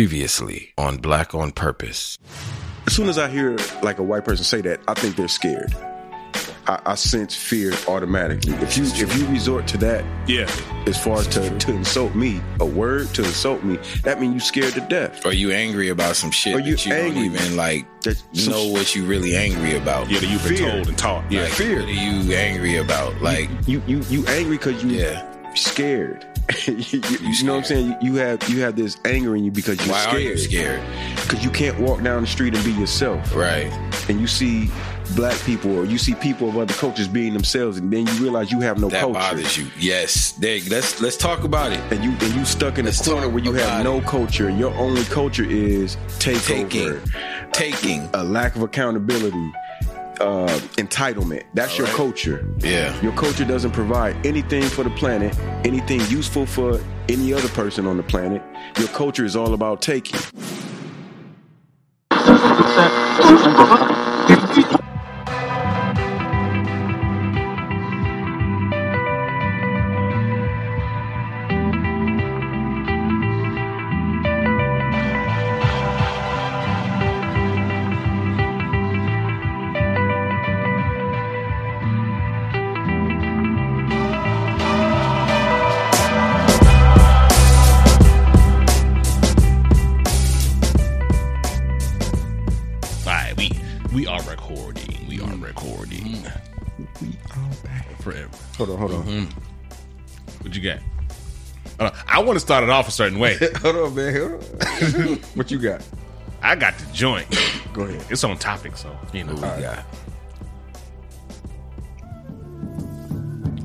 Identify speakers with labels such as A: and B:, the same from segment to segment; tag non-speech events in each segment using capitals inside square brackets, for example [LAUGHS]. A: Previously on Black on Purpose.
B: As soon as I hear like a white person say that, I think they're scared. I, I sense fear automatically. If you if you resort to that,
C: Yeah.
B: as far as to, to insult me, a word to insult me, that means you scared to death.
A: Are you angry about some shit
B: Are you
A: that you
B: angry?
A: don't even like
B: That-
A: know what you really angry about?
C: Yeah, that you've been
B: Fear.
C: told and taught. Yeah.
A: Like,
B: fear.
A: What are you angry about? Like,
B: You you you angry because you
A: yeah.
B: scared. [LAUGHS] you, you know what I'm saying? You, you have you have this anger in you because you're
A: Why
B: scared.
A: are you scared?
B: Because you can't walk down the street and be yourself.
A: Right.
B: And you see black people or you see people of other cultures being themselves, and then you realize you have no
A: That
B: culture.
A: bothers you. Yes. There, let's let's talk about it.
B: and you and you stuck in a
A: Let's
B: corner
A: talk
B: where you
A: about
B: have no culture. Your only culture is
A: Taking,
B: takeover,
A: taking.
B: a lack of accountability, uh, entitlement. That's your culture.
A: Yeah.
B: Your culture doesn't provide anything for the planet, anything useful for any other person on the planet. Your culture is all about taking.
C: All right, we we are recording. We are recording. We are back Mm, forever.
B: Hold on, hold on.
C: What you got? Hold on. I want to start it off a certain [LAUGHS] way.
B: Hold on, man. Hold on. [LAUGHS] what you got?
C: I got the joint.
B: Go ahead.
C: It's on topic, so you know.
A: What we
B: Uh,
A: got?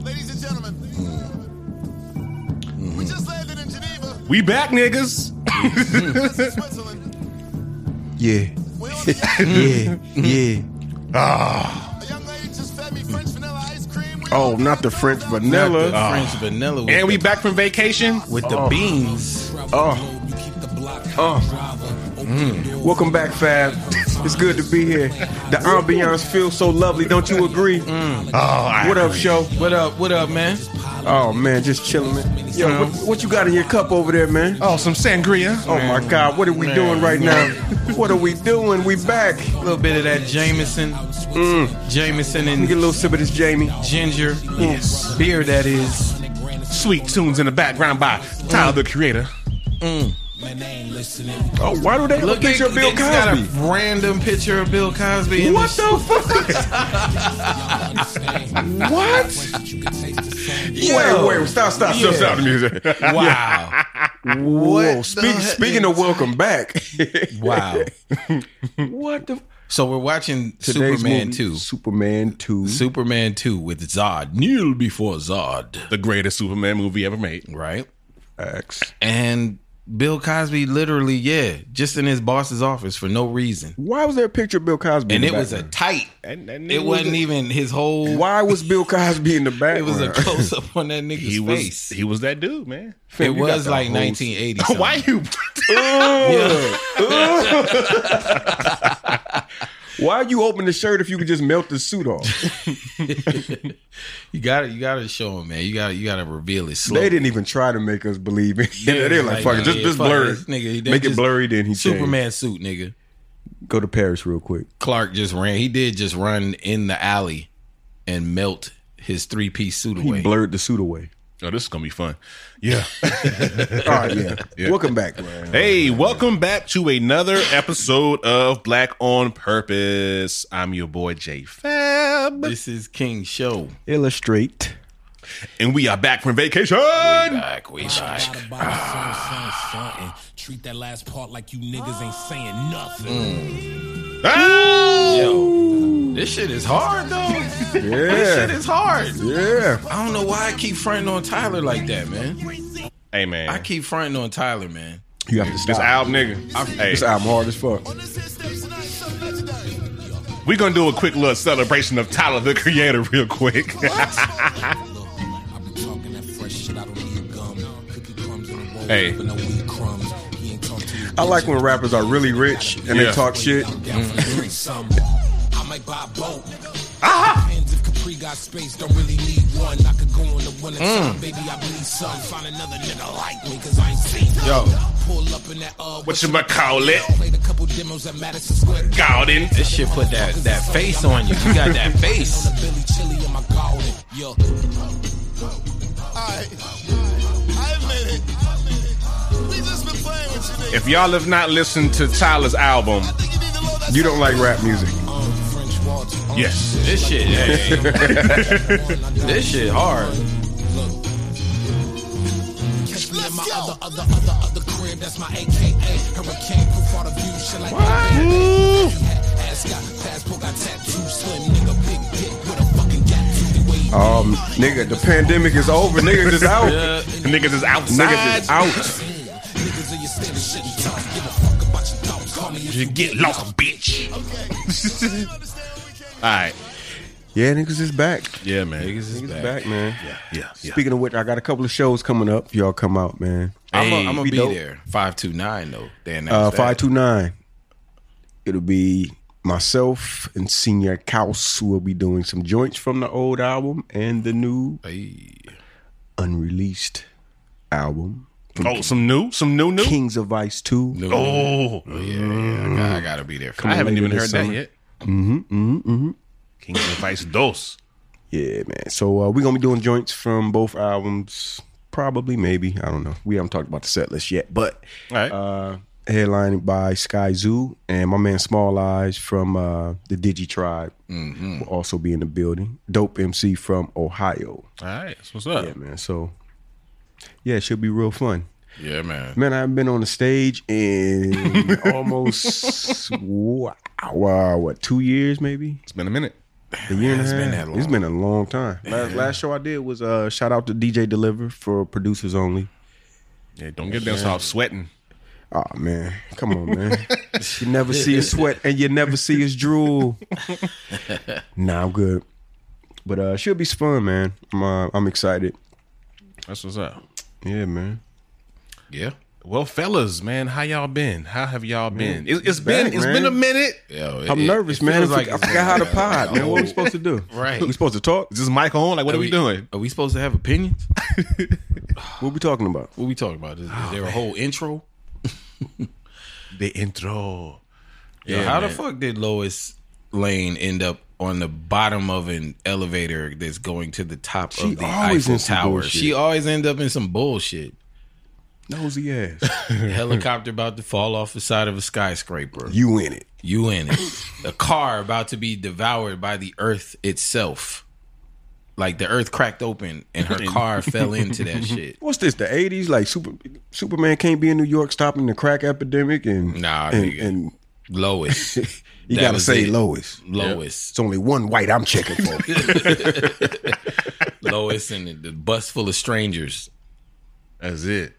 D: Ladies and gentlemen,
B: Mm-hmm.
D: we just landed in Geneva,
C: We back, niggas.
D: Switzerland.
B: Yeah,
D: We on
B: Mm-hmm.
D: the
B: yeah, yeah.
D: a young lady just fed me French vanilla ice cream. We
B: Oh,
D: all
B: not
D: got
B: the
D: thumbs
B: French
D: up.
B: vanilla.
A: The French vanilla with
C: And we
A: the,
C: back from vacation.
A: with
B: Oh.
A: the beans.
B: Uh-huh. Welcome back, Fab. It's good to be here. The ambiance feels so lovely, don't you agree?
E: Mm.
C: Oh, I
B: What up, show?
A: What up? What up, man?
B: Oh man, just chilling, man. Yo,
E: Uh-huh.
B: what, what you got in your cup over there, man?
C: Oh, some sangria.
B: Oh my God, what are we doing right now? What are we doing? We back. Mm.
E: A little bit of that Jameson, Jameson
B: Let me get a
E: and
B: little sip of this, Jamie.
E: ginger beer. That is
C: Sweet tunes in the background by Tyler the Creator.
B: Oh, why do they look at your Bill
E: they just got a
B: Cosby?
E: random picture of Bill Cosby. In
B: What
E: this
B: the
E: [LAUGHS]
B: fuck? what? Wait, wait, stop, stop, stop, stop the music.
C: [LAUGHS]
B: [LAUGHS]
E: Wow,
B: Whoa,
E: the
B: speak,
E: heck?
B: speaking of welcome back.
E: wow.
B: [LAUGHS] what the?
E: So we're watching
B: [LAUGHS] Today's
E: Superman
B: movie,
E: two,
B: Superman 2.
E: Superman two with Zod, kneel before Zod,
C: The greatest Superman movie ever made.
E: right?
B: X.
E: And Bill Cosby, literally, yeah, just in his boss's office for no reason,
B: Why was there a picture of Bill Cosby?
E: and
B: in
E: it
B: the
E: was a
B: background?
E: tight.
C: And- and
E: It wasn't even his whole.
B: Why was Bill Cosby in the background?
E: [LAUGHS] It was a
B: [LAUGHS]
E: close up on that nigga's
C: He was
E: face.
C: he was that dude, man.
E: it
B: you got
E: was
B: the
E: like
B: whole-
E: 1980.
C: [LAUGHS]
B: [LAUGHS]
C: Why
E: something.
C: [LAUGHS] you
B: Why you open the shirt if you could just melt the
E: [LAUGHS]
B: suit off?
E: You got to You got to show him, man. You got to You got to reveal it slowly.
B: they didn't even try to make us believe it. [LAUGHS] They're like, fuck it, just,
E: yeah,
B: just
E: fuck
B: blur it.
E: this nigga. They
B: Make it
E: just-
B: blurry, then he
E: Superman suit, nigga.
B: changed. Go to Paris real quick.
E: Clark just ran. He did just run in the alley and melt his three piece suit
B: He
E: away.
B: blurred the suit away.
E: [LAUGHS]
C: Oh, this is gonna be fun. Yeah.
B: All right, yeah. Welcome back.
C: Hey, welcome back to another episode of Black on Purpose. I'm your boy J Fab,
E: this is King Show.
B: Illustrate.
C: and we are back from vacation.
E: Back we back.
F: Gotta buy the
E: [SIGHS]
F: phone, phone, phone, and Treat that last part like you niggas ain't saying nothing.
C: Ow!
E: This shit is hard though.
F: [LAUGHS]
E: This shit
B: Yeah.
E: is hard.
B: Yeah.
E: I don't know why I keep fronting on Tyler like that, man.
C: Hey man,
E: I keep fronting on Tyler, man.
B: You have to
C: this
B: stop.
C: album, nigga. hey,
B: This album hard as fuck.
D: On this here stage tonight, so legendary.
C: we're gonna do a quick little celebration of Tyler the Creator, real quick.
F: I've been talking that fresh shit. I don't need gum. Cookie crumbs in a roll,
C: Hey.
F: but no wheat crumbs. He ain't talk to you.
B: I like when rappers are really rich and they
C: Yeah.
B: talk shit.
F: Down for the free summer. I might buy a boat. Depends if pre got space, don't really need one. I could go on the one at a time, baby. I bleed some. Find another nigga like me, cause I ain't seen none.
E: Yo.
F: Pull up in that uh
C: What you ma call it?
F: played a couple demos at Madison Square.
C: Garden.
E: This shit put that that face on you. You got that face.
F: Billy Chili in my garden. Yo,
D: Alright. I admit it. We just been playing with you niggas.
C: If y'all have not listened to Tyler's album,
D: I think you need to load that
B: You don't like rap music.
F: um, French Waltz. Um,
C: yes,
E: This shit, hey, this shit hard.
F: Catch me in my other, other, other, other crib. That's my AKA. Hurricane proof all the view. Shit like that. Ass got passport, got tattoo. Slim nigga, big dick with a fucking tattoo. The way he
B: Um, nigga, the pandemic is over. Niggas is out.
C: niggas is
B: Niggas
C: outside.
B: is out.
F: in. Niggas in your standard shit and talk. Give a fuck about your thoughts. Call me if
C: You
F: you
C: get lost, bitch. All right,
B: Yeah, niggas is back.
C: yeah, man. Niggas
B: Niggas is back, man.
C: Yeah, yeah. yeah.
B: Speaking of which, I got a couple of shows coming up. If y'all come out, man.
E: I'm
C: Hey,
E: gonna
B: we
E: be
B: dope.
E: there. Five two nine though. Then
B: Uh, five two nine. It'll be myself and Senior Kaus who will be doing some joints from the old album and the new unreleased album. From
C: oh, some new, some new, new.
B: Kings of Ice Two.
C: Oh,
E: I gotta be there. For
C: I
E: that.
C: haven't
B: later
C: even
B: this
C: heard that
B: summer.
C: yet. Mm-hmm, mm-hmm, mm-hmm. King's Advice Dos.
B: Yeah, man. So uh, we're gonna be doing joints from both albums. Probably, maybe. I don't know. We haven't talked about the set list yet, but
C: All right.
B: uh, headlined by Sky Zoo and my man Small Eyes from uh, the Digi Tribe will also be in the building. Dope MC from Ohio.
C: All right. So what's up?
B: Yeah, man. So, yeah, it should be real fun.
E: Yeah, man.
B: Man, I haven't been on the stage in [LAUGHS] almost [LAUGHS] wow, wow, what two years maybe?
C: It's been a minute.
B: A year and a
E: It's
B: half.
E: been that
B: It's
E: long.
B: been a long time. Last, last show I did was uh, shout out to DJ Deliver for producers only.
C: Yeah, don't get down stop sweating.
B: Oh man, come on, man! [LAUGHS] you never see his sweat and you never see his
E: [LAUGHS]
B: drool. nah, I'm good, but uh, should be fun, man. I'm uh, I'm excited.
C: That's what's up.
B: Yeah, man.
E: Yeah.
C: Well, fellas, man, how y'all been? How have y'all been? Mm. It's, it's
B: back,
C: been it's
B: man.
C: been a minute.
E: Yo,
B: I'm
E: it-
B: nervous,
E: it
B: man. I,
E: feels
B: like I
E: it's
B: forgot how to
E: been a-
B: pod, man. What are we
E: Oh,
B: supposed to do?
E: Right.
B: We supposed to talk?
C: Is this mic on? Like, what are, we, doing?
E: Are we supposed to have opinions?
B: What we talking about?
E: What we talking about? Is, is
F: Oh,
E: there a whole intro?
C: The intro.
E: Yo, how the fuck did Lois Lane end up on the bottom of an elevator that's going to the top
B: She
E: of the
B: always
E: Eiffel
B: in some
E: Tower?
B: bullshit.
E: She always end up in some
B: [LAUGHS]
E: bullshit.
B: Nosy ass.
E: helicopter about to fall off the side of a skyscraper. You,
B: [LAUGHS] you in
E: in
B: it?
E: it. a car about to be devoured by the earth itself. Like the earth cracked open and
B: [LAUGHS]
E: her car fell into that shit.
B: What's this? The '80s? Like Super Superman can't be in New York stopping the crack epidemic and
E: Nah,
B: and,
E: nigga.
B: and [LAUGHS]
E: Lois.
B: you
E: That
B: gotta
E: was
B: say
E: it.
B: Lois.
E: Lois.
B: It's only one white I'm checking [LAUGHS] for.
E: Lois and the bus full of strangers.
C: That's it.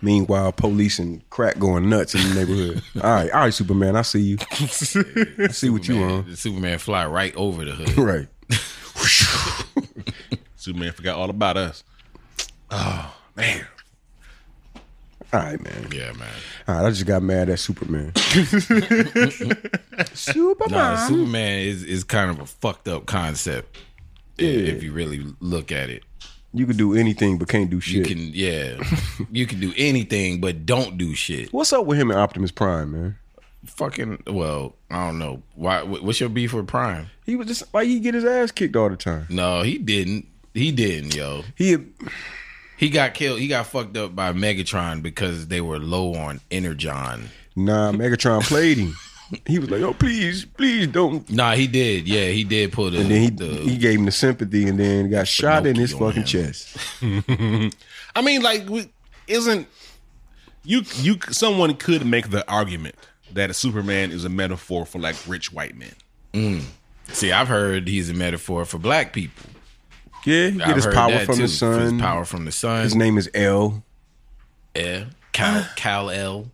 B: Meanwhile, police and crack going nuts in the [LAUGHS] neighborhood. all right, all right, Superman, I see you. [LAUGHS] I see what you on.
E: Man, Superman fly right over the hood.
B: Right.
C: Superman forgot all about us. Oh man.
B: All right, man.
E: Yeah, man.
B: All right, I just got mad at Superman. [LAUGHS] Superman.
E: Nah, Uh, Superman is, is kind of a fucked up concept. i- If you really look at it.
B: you can do anything, but can't do
E: You
B: shit.
E: can yeah. you can do anything but don't do shit.
B: What's up with him and Optimus Prime, man?
E: fucking well, I don't know. Why wh- what's your beef with Prime?
B: He was just like he get his ass kicked all the time.
E: No, he didn't. He didn't, yo.
B: He
E: He got killed. He got fucked up by Megatron because they were low on Energon.
B: nah, Megatron played [LAUGHS] him. He was like, "Oh, please, please don't."
E: Nah, he did. Yeah, he did pull the,
B: And then he
E: the
B: he gave him the sympathy, and then got shot in his
E: Pinocchio
B: fucking
E: him.
B: chest.
C: I mean, like, we- isn't you you someone could make the argument that Superman is a metaphor for like rich white men.
E: See, I've heard he's a metaphor for black people.
B: Yeah, he
E: I've
B: get his
E: heard
B: power
E: that,
B: from
E: too,
B: his
E: for
B: son.
E: His power from the sun.
B: His name is L.
E: Yeah. Cal Cal L.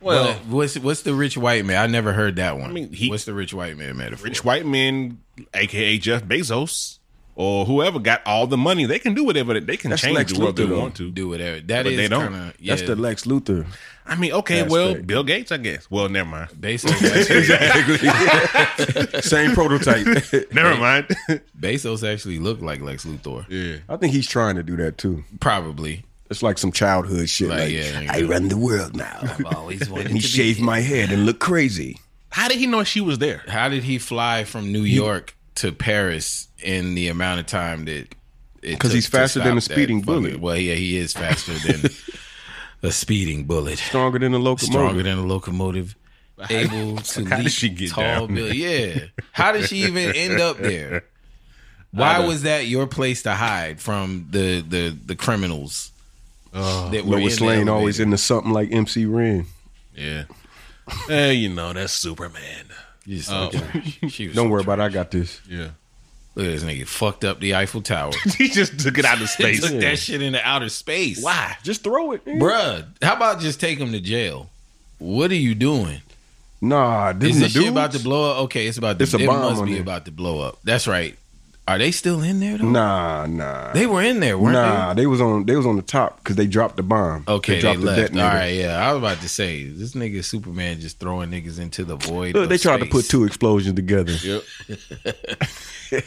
E: Well, what's what's the rich white man? I never heard that one.
C: mean, he-
E: what's the rich white man metaphor?
C: Rich white men, aka Jeff Bezos. or whoever got all the money, they can do whatever they, they can
B: That's
C: change
B: Lex
C: the world they
B: Luthor, though.
C: want to.
E: do whatever. That
C: But
E: is
C: they don't.
E: kind of yeah.
B: That's the
E: [LAUGHS]
B: Lex Luthor.
C: I mean, okay, well,
B: Aspect.
C: Bill Gates, I guess. Well, never mind. [LAUGHS]
E: Bezos. Actually,
B: Same
E: [LAUGHS]
B: prototype.
C: Never mind. [LAUGHS]
E: Bezos actually looked like Lex Luthor.
C: yeah.
B: I think he's trying to do that too.
E: Probably.
B: It's like some childhood shit.
E: Like,
B: Like,
E: yeah,
B: I run the world now.
E: Always wanted
B: [LAUGHS] Let me shave my head and look crazy.
C: How did he know she was there?
E: How did he fly from New York to Paris in the amount of time that? Because
B: he's faster than a speeding bullet.
E: Well, yeah, he is faster than a speeding bullet.
B: Stronger than a locomotive.
E: stronger than a locomotive,
C: [LAUGHS]
E: able to
C: how did
E: leap
C: she get
E: tall
C: down
E: build- Yeah, how did she even end up
C: [LAUGHS]
E: there? Why was that your place to hide from the the the criminals
C: Uh,
E: that were
B: Lois
E: in the
B: Lane
E: elevator?
B: always into something like MC Ren.
C: Yeah. Eh, you know, that's Superman.
E: You just
B: Oh.
E: look at her. [LAUGHS]
B: [LAUGHS]
E: she was,
B: Don't worry about it. I got this.
C: Yeah.
E: Look at this nigga fucked up the Eiffel
B: [LAUGHS]
E: Tower.
C: he just took it out of
E: They
C: space.
E: took
C: [LAUGHS]
E: that shit into outer space. Why,
B: Just throw it. Bro.
E: bruh? How about just take him to jail? What are you doing?
B: Nah, this
E: Is
B: is the
E: this shit
B: dude.
E: about to blow up? Okay, it's about to.
B: It's a
E: it
B: bomb
E: must
B: on
E: be
B: there.
E: about to blow up. That's right. Are they still in there though?
B: Nah, nah.
E: They were in there, weren't they?
B: Nah, they was on they was on the top because they dropped the bomb.
E: Okay, they,
B: dropped
E: left. All right, yeah. I was about to say this nigga Superman just throwing niggas into the void.
B: Look,
E: of
B: they tried to
E: space.
B: put two explosions together uh,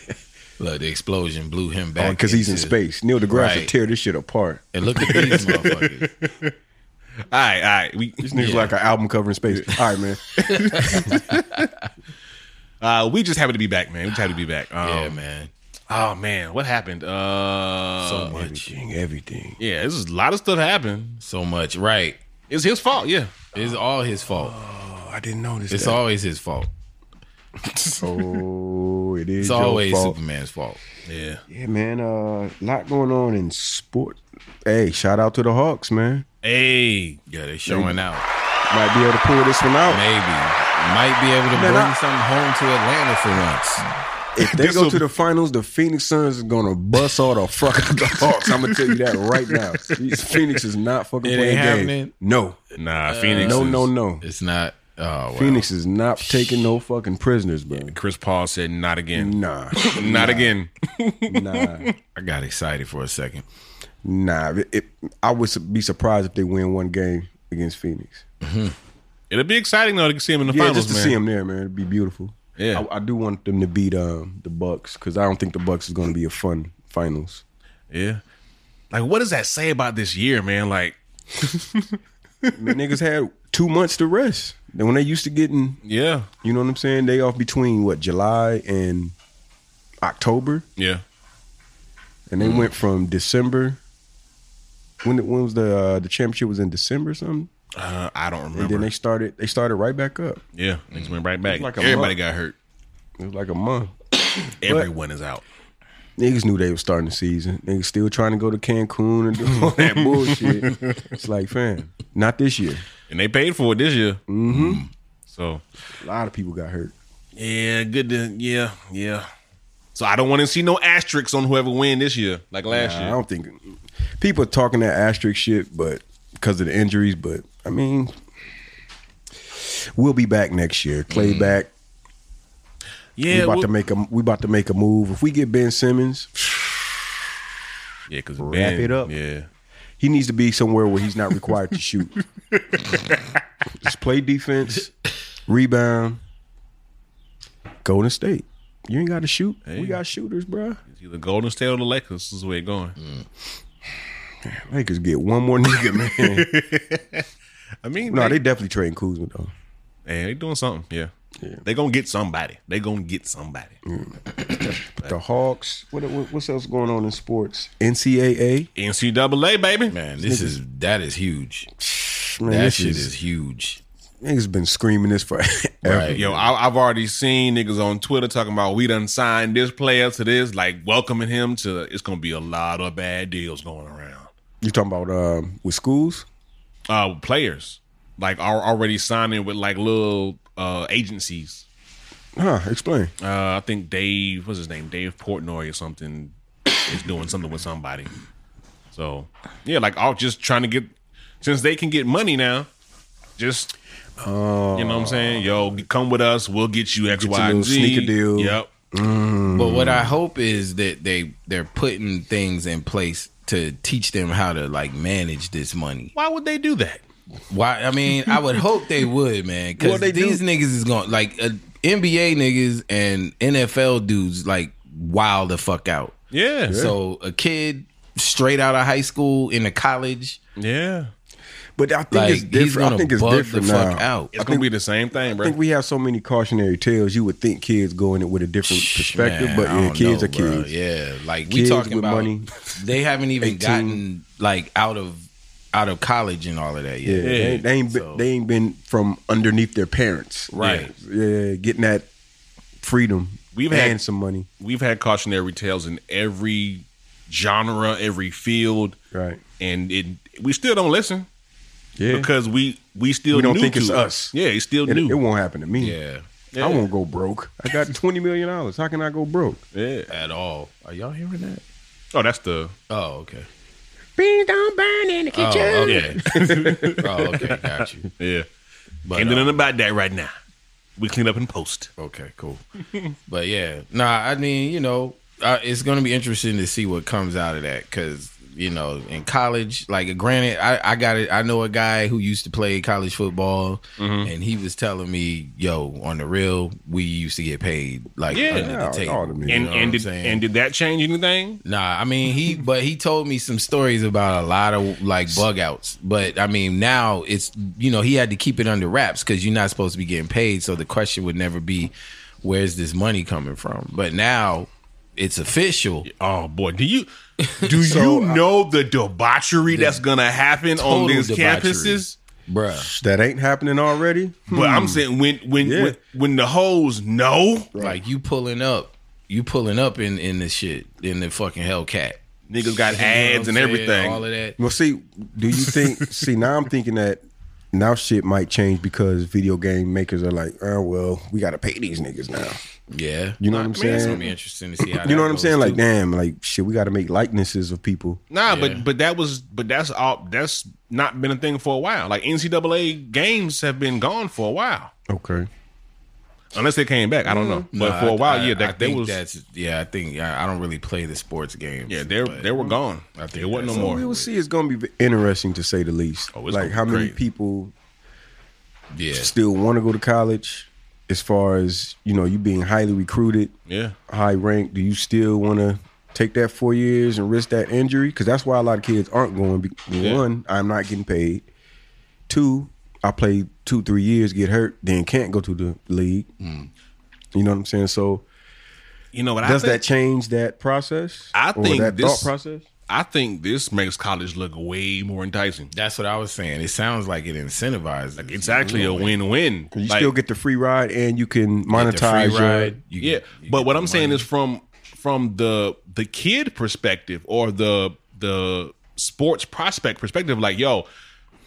E: Look, the explosion blew him back
B: because Oh, he's in
E: into-
B: space. Neil deGrasse
E: Right.
B: would tear this shit apart.
E: And look at
B: [LAUGHS]
E: these motherfuckers.
C: all right, all right. We
B: This nigga's like an album cover in space. All
E: [LAUGHS]
B: right, man.
C: uh, we just happy to be back, man. We just happy to be back. Um,
E: Yeah, man.
C: Oh man, what happened? Uh,
E: So much,
B: everything, everything.
C: yeah, this is a lot of stuff happened.
E: so much. Right?
C: It's his fault. Yeah,
E: It's all his fault.
B: Oh, I didn't notice
E: It's
B: that.
E: always his fault.
B: oh, it is.
E: It's
B: your
E: always
B: fault.
E: Superman's fault.
C: yeah.
B: Yeah, man. A uh, lot going on in sport. Hey, shout out to the Hawks, man.
C: Hey,
E: Yeah, they're showing out.
B: Might be able to pull this one out.
E: Maybe might be able to
B: Man,
E: bring
B: I-
E: something home to Atlanta for once.
B: If
C: [LAUGHS]
B: they go to the finals, the Phoenix Suns is gonna bust all the fuck out
C: [LAUGHS]
B: the Hawks. I'm gonna tell you that right now. These Phoenix is not fucking
E: It
B: playing
E: ain't
B: game.
E: happening?
B: No,
C: nah, Phoenix.
B: Uh, no,
C: is-
B: no, no.
E: It's not. Oh, wow.
B: Phoenix is not taking no fucking prisoners, bro.
C: Chris Paul said, "Not again, [LAUGHS]
B: Nah,
C: not again."
B: nah,
E: I got excited for a second.
B: nah. It, it- I would su- be surprised if they win one game against Phoenix.
C: It'll be exciting though to see him in the
B: Yeah,
C: finals,
B: just to
C: man.
B: see them there, man. It'd be beautiful.
C: Yeah.
B: I, I do want them to beat um, the Bucks because I don't think the Bucks is gonna be a fun
C: [LAUGHS]
B: finals.
C: Yeah, like what does that say about this year, man? Like,
B: Man, niggas had two months to rest. And when they used to getting
C: yeah,
B: You know what I'm saying? They off between what July and October,
C: yeah.
B: and they went from December. When it, when was the uh, the championship was in December or something?
C: Uh, I don't
B: And then
C: remember.
B: they started they started right back up.
C: yeah, things went right back.
B: Like a
C: Everybody
B: month.
C: got hurt.
B: It was like a month.
C: Everyone is out.
B: Niggas knew they was starting the season. Niggas still trying to go to Cancun and do all that bullshit. It's like, fam, not this year.
C: and they paid for it this year. Mm-hmm. So
B: A lot of people got hurt.
C: yeah, good to yeah yeah. So I don't want to see no asterisks on whoever win this year, like last
B: I
C: year.
B: don't think people are talking that asterisk shit, but because of the injuries. But I mean, we'll be back next year. Clay back.
C: Yeah,
B: we about
C: well-
B: to make a we about to make a move. If we get Ben Simmons,
C: yeah, because
B: Wrap it up.
C: Yeah,
B: he needs to be somewhere where he's not required to
E: [LAUGHS]
B: shoot. Just play defense, rebound. Golden State, you ain't got to shoot. We got shooters, bruh.
C: it's either Golden State or the Lakers. This is where it's going.
B: Lakers get one more nigga,
E: [LAUGHS]
B: man.
C: I mean,
B: no,
C: they,
B: they definitely trading Kuzma though.
C: yeah, they doing something. Yeah. Mm. they gonna get somebody. They gonna get somebody.
B: But the Hawks. What, what what's else going on in sports? NCAA.
C: NCAA baby.
E: Man, this is that is huge.
B: Man,
E: That
B: this
E: shit is huge.
B: niggas been screaming this for
E: Right.
C: Yo, I, I've already seen niggas on Twitter talking about we done signed this player to this, like welcoming him to. It's gonna be a lot of bad deals going around.
B: You talking about um, with schools?
C: uh players like are already signing with like little uh agencies
B: Huh? Explain.
C: uh i think dave what's his name dave portnoy or something is doing something with somebody so yeah like all just trying to get since they can get money now just you know what i'm saying yo come with us we'll get you X,
B: Get
C: Y,
B: your
C: and
B: little
C: Z.
B: sneaker deal.
C: yep
E: But what
B: Mm.
E: I hope is that they they're putting things in place to teach them how to like manage this money.
C: Why would they do that?
E: Why? I mean, I
B: [LAUGHS]
E: would hope they would, man, because
B: Well, they
E: these
B: do.
E: niggas is going like uh, NBA niggas and NFL dudes like wild the fuck out.
C: Yeah.
E: So a kid straight out of high school into college,
C: yeah.
B: But I think
E: like
B: it's
E: he's
B: different.
E: gonna
B: I think it's
E: bug
B: different
E: the fuck
B: now.
E: out.
C: It's gonna be the same thing,
B: I
C: bro.
B: think we have so many cautionary tales. You would think kids go in it with a different perspective,
E: Man,
B: but
E: I
B: yeah,
E: don't
B: kids
E: know,
B: are
E: bruh.
B: kids.
E: Yeah, like we
B: Kids
E: talking
B: with
E: about
B: money.
E: They haven't even
B: 18.
E: gotten like out of out of college and all of that
B: Yeah,
E: yet.
B: They, ain't- they ain't been, they ain't been from underneath their parents,
C: Right.
B: Yeah, getting that freedom.
C: We've
B: and
C: had-
B: some money,
C: We've had cautionary tales in every genre, every field,
B: right?
C: and it we still don't listen
B: Yeah,
C: because we we still
B: We don't
C: new
B: think
C: to
B: it's
C: it.
B: us.
C: Yeah, it's still
B: it,
C: new.
B: it won't happen to me.
E: Yeah.
B: I won't go broke. I got twenty million dollars. How can I go broke?
C: yeah.
E: At all. Are y'all hearing that?
C: Oh, that's the
E: Oh, okay.
B: Beans don't burn in the
E: Oh,
B: kitchen.
E: okay. oh, okay. [LAUGHS] Got you.
C: yeah.
E: But,
C: Ain't nothing
E: uh,
C: about that right now. We clean up in post.
E: okay, cool. [LAUGHS] But yeah, nah. I mean, you know, uh, it's gonna be interesting to see what comes out of that because you know, in college, like granted, I, I got it. I know a guy who used to play college football,
B: Mm-hmm.
E: and he was telling me, "Yo, on the real, we used to get paid like
C: Yeah.
E: under the
B: Yeah,
E: table."
B: all the million.
C: And
E: know what I'm
C: and did
E: saying?
C: and did that change anything?
E: Nah, I mean he, but he told me some stories about a lot of like bug outs. But I mean now it's you know he had to keep it under wraps because you're not supposed to be getting paid. So the question would never be, where's this money coming from? But now it's official.
C: Oh boy,
E: [LAUGHS]
C: do you do
B: So,
C: you
B: uh,
C: know the debauchery that's gonna happen on
E: Total
C: these
E: debauchery. Hmm.
C: campuses?
E: Bruh,
B: That ain't happening already.
C: But I'm saying when when
B: Yeah.
C: when, when the hoes know
E: like you pulling up, you pulling up in in the shit in the fucking Hellcat
C: niggas got
E: [LAUGHS] You know what
C: ads
E: I'm
C: and
E: saying?
C: everything.
E: all of that.
B: Well, see, do you think? see, now I'm thinking that now shit might change because video game makers are like, oh well, we gotta pay these niggas now.
E: Yeah,
B: You know what I'm
E: Man, It's gonna
B: saying?
E: be interesting to see how.
B: You know
E: that
B: what I'm
E: goes,
B: saying? Like,
E: too.
B: damn, like shit, we gotta make likenesses of people.
C: Nah,
E: Yeah.
C: but but that was but that's all that's not been a thing for a while. Like NCAA games have been gone for a while,
B: Okay.
C: unless they came back. I don't know,
E: Mm. Nah,
C: but for a while,
E: I-
C: yeah,
E: I- I
C: that, they
E: think
C: was
E: that's yeah. I think I, I don't really play the sports games.
C: yeah they
E: but-
C: they were gone. I think it wasn't no more.
B: We will see. It's gonna be interesting to say the least.
C: Oh, it's
B: like
C: gonna
B: how
C: be
B: many
C: crazy.
B: people
E: Yeah,
B: still want to go to college? As far as you know, you being highly recruited,
C: yeah,
B: high ranked. Do you still want to take that four years and risk that injury? Because that's why a lot of kids aren't going. Be- One, I'm not getting paid. Two, I play two three years, get hurt, then can't go to the league. You know what I'm saying? So
C: you know what?
B: does
C: Hmm. I think,
B: that change that process?
C: I
B: Or
C: think
B: that
C: this-
B: thought process.
C: I think this makes college look way more enticing.
E: That's what I was saying. It sounds like it incentivizes. Like
C: It's actually a win-win.
B: You
C: Like,
B: still get the free ride and you can
E: the free
B: monetize your-
E: ride. You
C: yeah,
E: get-
C: but what I'm saying is from from the the kid perspective or the the sports prospect perspective. Like, yo,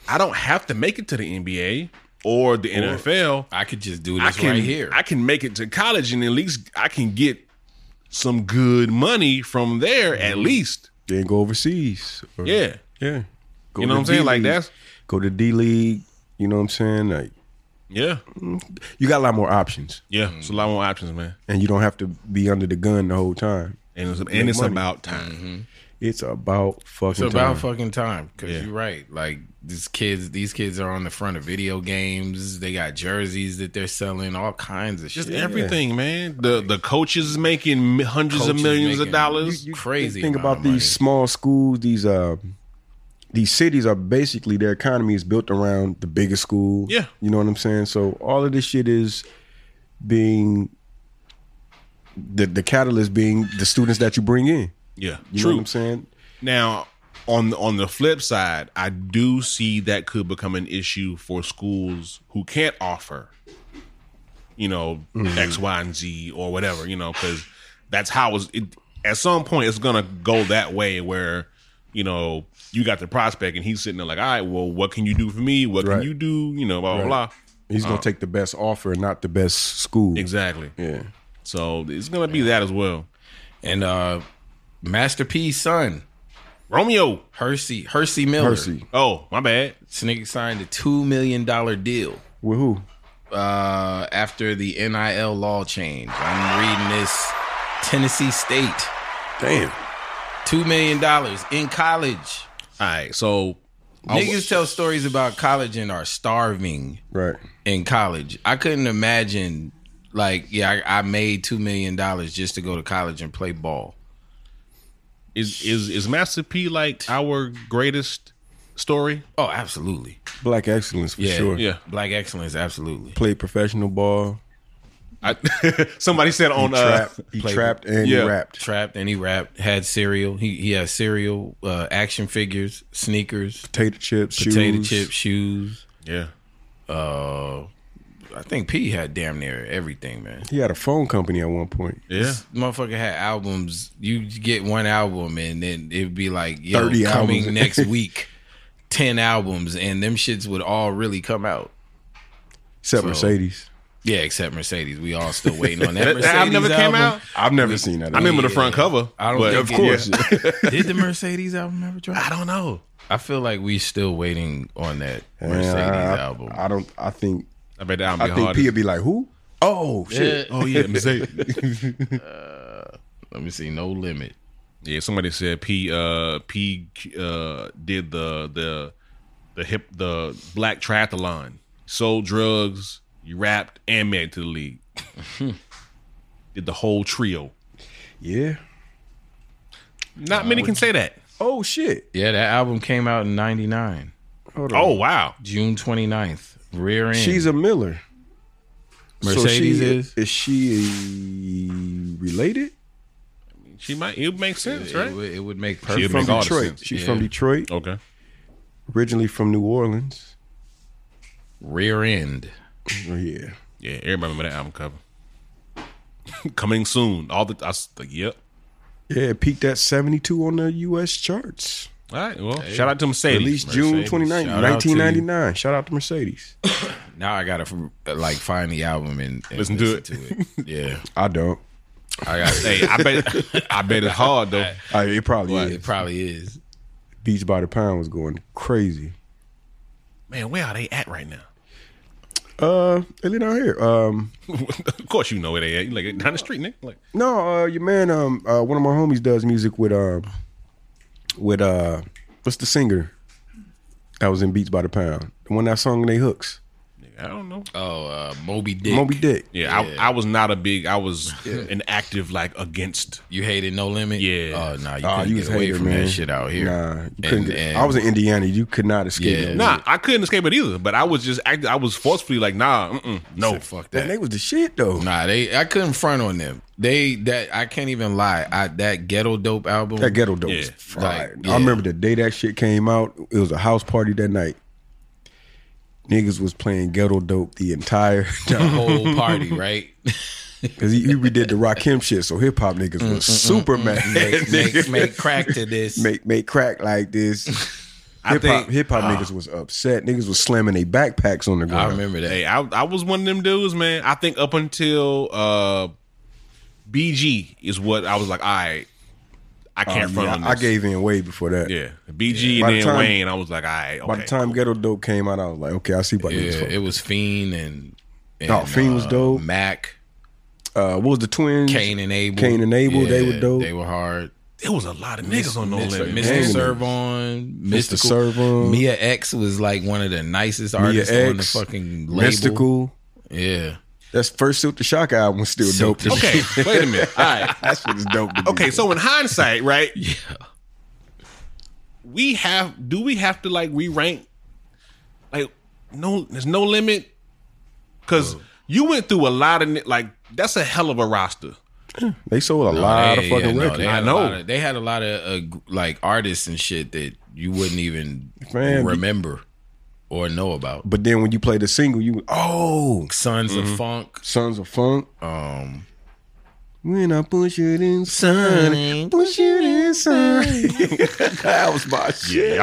C: I don't have to make it to the NBA or the NFL.
E: I could just do
C: I
E: this
C: can
E: right here.
C: I can make it to college, and at least I can get some good money from there. At least,
B: Then go overseas. Or-
C: yeah.
B: Yeah. Go
C: You know
B: to
C: what I'm saying? Like
B: D-League.
C: that's
B: go to D League. You know what I'm saying? Like
C: yeah,
B: you got a lot more options.
C: yeah. It's a lot more options, man.
B: And you don't have to be under the gun the whole time.
C: And it's, and it's about time.
B: It's about fucking
E: it's about
B: time.
E: fucking time because you're right. Like these kids, these kids are on the front of video games. They got jerseys that they're selling, all kinds of
C: Just
E: shit.
C: everything, man. The the coaches is making mi- hundreds of
E: Coaches
C: millions
E: making-
C: of dollars.
E: You- Crazy.
B: Think
E: amount
B: about
E: of
B: these
E: money.
B: small schools, these uh these cities are basically their economy is built around the biggest school.
C: Yeah.
B: You know what I'm saying? So all of this shit is being the the catalyst being the students that you bring in.
C: yeah,
B: You know
C: true.
B: what I'm saying?
C: Now, on the, on the flip side, I do see that could become an issue for schools who can't offer, you know,
B: Mm-hmm.
C: X, Y, and Z or whatever, you know, because that's how it's, it. At some point, it's gonna go that way where, you know, you got the prospect and he's sitting there like, all right, well, what can you do for me? What
B: Right.
C: can you do? You know, blah blah blah.
B: He's
E: Uh.
B: gonna take the best offer and not the best school.
C: Exactly.
B: Yeah.
C: So it's gonna be that as well.
E: and uh, Masterpiece son
C: Romeo.
E: Hersey Hersey Miller.
B: Percy.
C: Oh, my bad.
E: This nigga signed a two million dollar deal
B: With who?
E: uh, after the NIL law change. I'm reading this Tennessee State
B: Damn.
E: two million dollars in college.
C: All right, so
E: Niggas tell stories about college and are starving
B: Right.
E: in college. I couldn't imagine, like, yeah, I, I made two million dollars just to go to college and play ball.
C: is is is Master P like our greatest story?
E: Oh, absolutely,
B: Black excellence for
E: yeah,
B: sure.
C: Yeah.
E: Black excellence, absolutely.
B: Played professional ball.
C: I, [LAUGHS] somebody said on uh,
B: Trap. He trapped and
C: Yeah.
B: he rapped.
E: Trapped and he rapped. Had cereal. He he has cereal, uh, action figures, sneakers,
B: Potato chips.
E: potato
B: shoes.
E: chip shoes.
C: yeah,
E: I think P had damn near everything, man.
B: He had a phone company at one point.
C: yeah.
E: motherfucker had albums. You get one album and then it'd be like yo,
B: 30
E: coming
B: albums.
E: next
C: [LAUGHS]
E: week, ten albums, and them shits would all really come out.
B: Except
E: So-
B: Mercedes.
E: Yeah, except Mercedes. We all still waiting on that.
C: That,
E: Mercedes
C: that album never came
E: album.
C: out.
B: I've never seen that.
C: I remember the front cover.
E: I don't
C: but-
E: think
B: Of course.
C: [LAUGHS]
E: Did the Mercedes album ever drop?
C: I don't know.
E: I feel like we still waiting on that
B: Man,
E: Mercedes
B: I,
E: album.
B: I don't. I think.
C: I bet that
B: I
C: album be
B: think
C: hard.
B: P would be like, who? Oh shit!
E: Yeah. Uh,
C: oh yeah, mistake.
E: [LAUGHS] Let me see. No limit.
C: Yeah, somebody said P uh P uh did the the the hip the black triathlon. Sold drugs, you rapped and made it to
B: [LAUGHS]
C: the league. did the whole trio.
B: Yeah.
C: Not many can say that.
B: Oh shit!
E: Yeah, that album came out in '99,
B: Hold on.
C: Oh wow.
E: June 29th. Rear end.
B: she's a Miller.
E: Mercedes
B: so she,
E: is.
B: Is she related?
C: She might it would make sense,
E: It,
C: right?
E: would, it would make
C: She'd
E: perfect.
C: make
B: From
C: all the
B: Detroit.
C: sense.
B: She's
E: Yeah.
B: from Detroit.
C: Okay.
B: Originally from New Orleans.
E: Rear end.
B: Oh, yeah.
C: Yeah, everybody remember that album cover. [LAUGHS] Coming soon. All the I was like, yep.
B: Yeah, it peaked at 72 on the U.S. charts.
C: All right. Well, shout out to Mercedes.
B: Released June 29,
E: Shout out to you.
B: 1999. Shout out to Mercedes.
E: Now I gotta like find the album and, and
C: Listen to
E: to it. Yeah,
B: I don't.
E: I
B: [LAUGHS]
E: got
C: hey,
E: [LAUGHS]
C: I bet I bet it's hard though.
B: I, it probably
E: it.
B: is.
E: Probably is.
B: Beach by the Pound was going crazy.
C: Man, where are they at right now? [LAUGHS]
B: Uh, they live down here. Um,
C: of course you know where they at. You like down the street, Nick. Like
B: no, uh, your man, um, uh, one of my homies does music with, um, with uh, what's the singer that was in Beats by the Pound? The one that sung they hooks,
C: I don't know.
E: Oh, uh, Moby Dick.
B: Moby Dick.
C: Yeah, I, I was not a big. I was an active like against.
E: You hated No Limit.
C: Yeah.
E: Oh no, you
B: Ah,
E: couldn't
B: you
E: get
B: was
E: away
B: hater,
E: from
B: man.
E: that shit out here.
B: Nah, you couldn't.
E: And-
B: get,
E: and-
B: I was in Indiana. You could not escape.
E: Yeah.
B: that.
C: Nah, I couldn't escape it either. But I was just act, I was forcefully like, nah, mm-mm, no.
E: fuck
B: and they
E: that.
B: was the shit though.
E: Nah, they. I couldn't front on them. They that I can't even lie. I that ghetto dope album.
B: That ghetto dope
C: Yeah.
B: was fried.
E: Like,
B: I
E: yeah.
B: remember the day that shit came out. It was a house party that night. Niggas was playing ghetto dope the entire [LAUGHS]
E: the
B: time
E: whole party,
B: [LAUGHS]
E: right?
B: because he, he redid the Rakim shit. So hip hop niggas was super mad.
E: make, make,
B: Niggas
E: make crack to this.
B: make make crack like
E: [LAUGHS]
B: this. Hip hop
C: think-
B: hip hop niggas was upset. Niggas was slamming their backpacks on the
E: uh, I
B: ground.
E: remember that.
C: Hey, I I was one of them dudes, man. I think up until uh, BG is what I was like, all right, I can't front
B: Um, Yeah,
C: on this.
B: I gave in way before that.
C: yeah, BG
B: By the
C: and then
B: time-
C: Wayne. I was like, all right, okay.
B: By the time Ghetto Dope came out, I was like, okay, I see why
E: yeah,
B: niggas. fuck.
E: it was Fiend and. and
B: Oh, Fiend was
E: uh,
B: dope.
E: Mac,
B: uh, what was the twins?
E: Cain and Abel.
B: Cain and Abel, they
E: Yeah,
B: were dope.
E: They were hard.
C: there was a lot of niggas on No Limit.
E: Mr.
C: man.
B: Damn.
E: Servon, Mr.
B: Servon.
E: Mia X was like one of the nicest
B: Mia
E: artists on the
B: X,
E: fucking label.
B: Mystical.
E: Yeah.
B: That's first Silk the Shock album was still
E: Silk
B: dope.
E: the
C: Okay, wait a minute. All right.
B: [LAUGHS] that shit is dope. to me.
C: Okay, so
B: [LAUGHS]
C: in hindsight, right?
E: [LAUGHS]
C: Yeah. We have do we have to like re-rank like no there's no limit cuz you went through a lot of ni- like that's a hell of a roster.
B: they sold a lot of
E: Yeah, yeah,
B: fucking
E: no,
B: records.
E: they had
C: I know.
E: A lot of, they had a lot of uh, g- like artists and shit that you wouldn't even
B: Man, you-
E: remember or know about.
B: but then when you play the single, you oh,
E: Sons of Funk.
B: Sons of Funk.
E: Um,
B: When I push it inside, push it inside. [LAUGHS] that was my shit.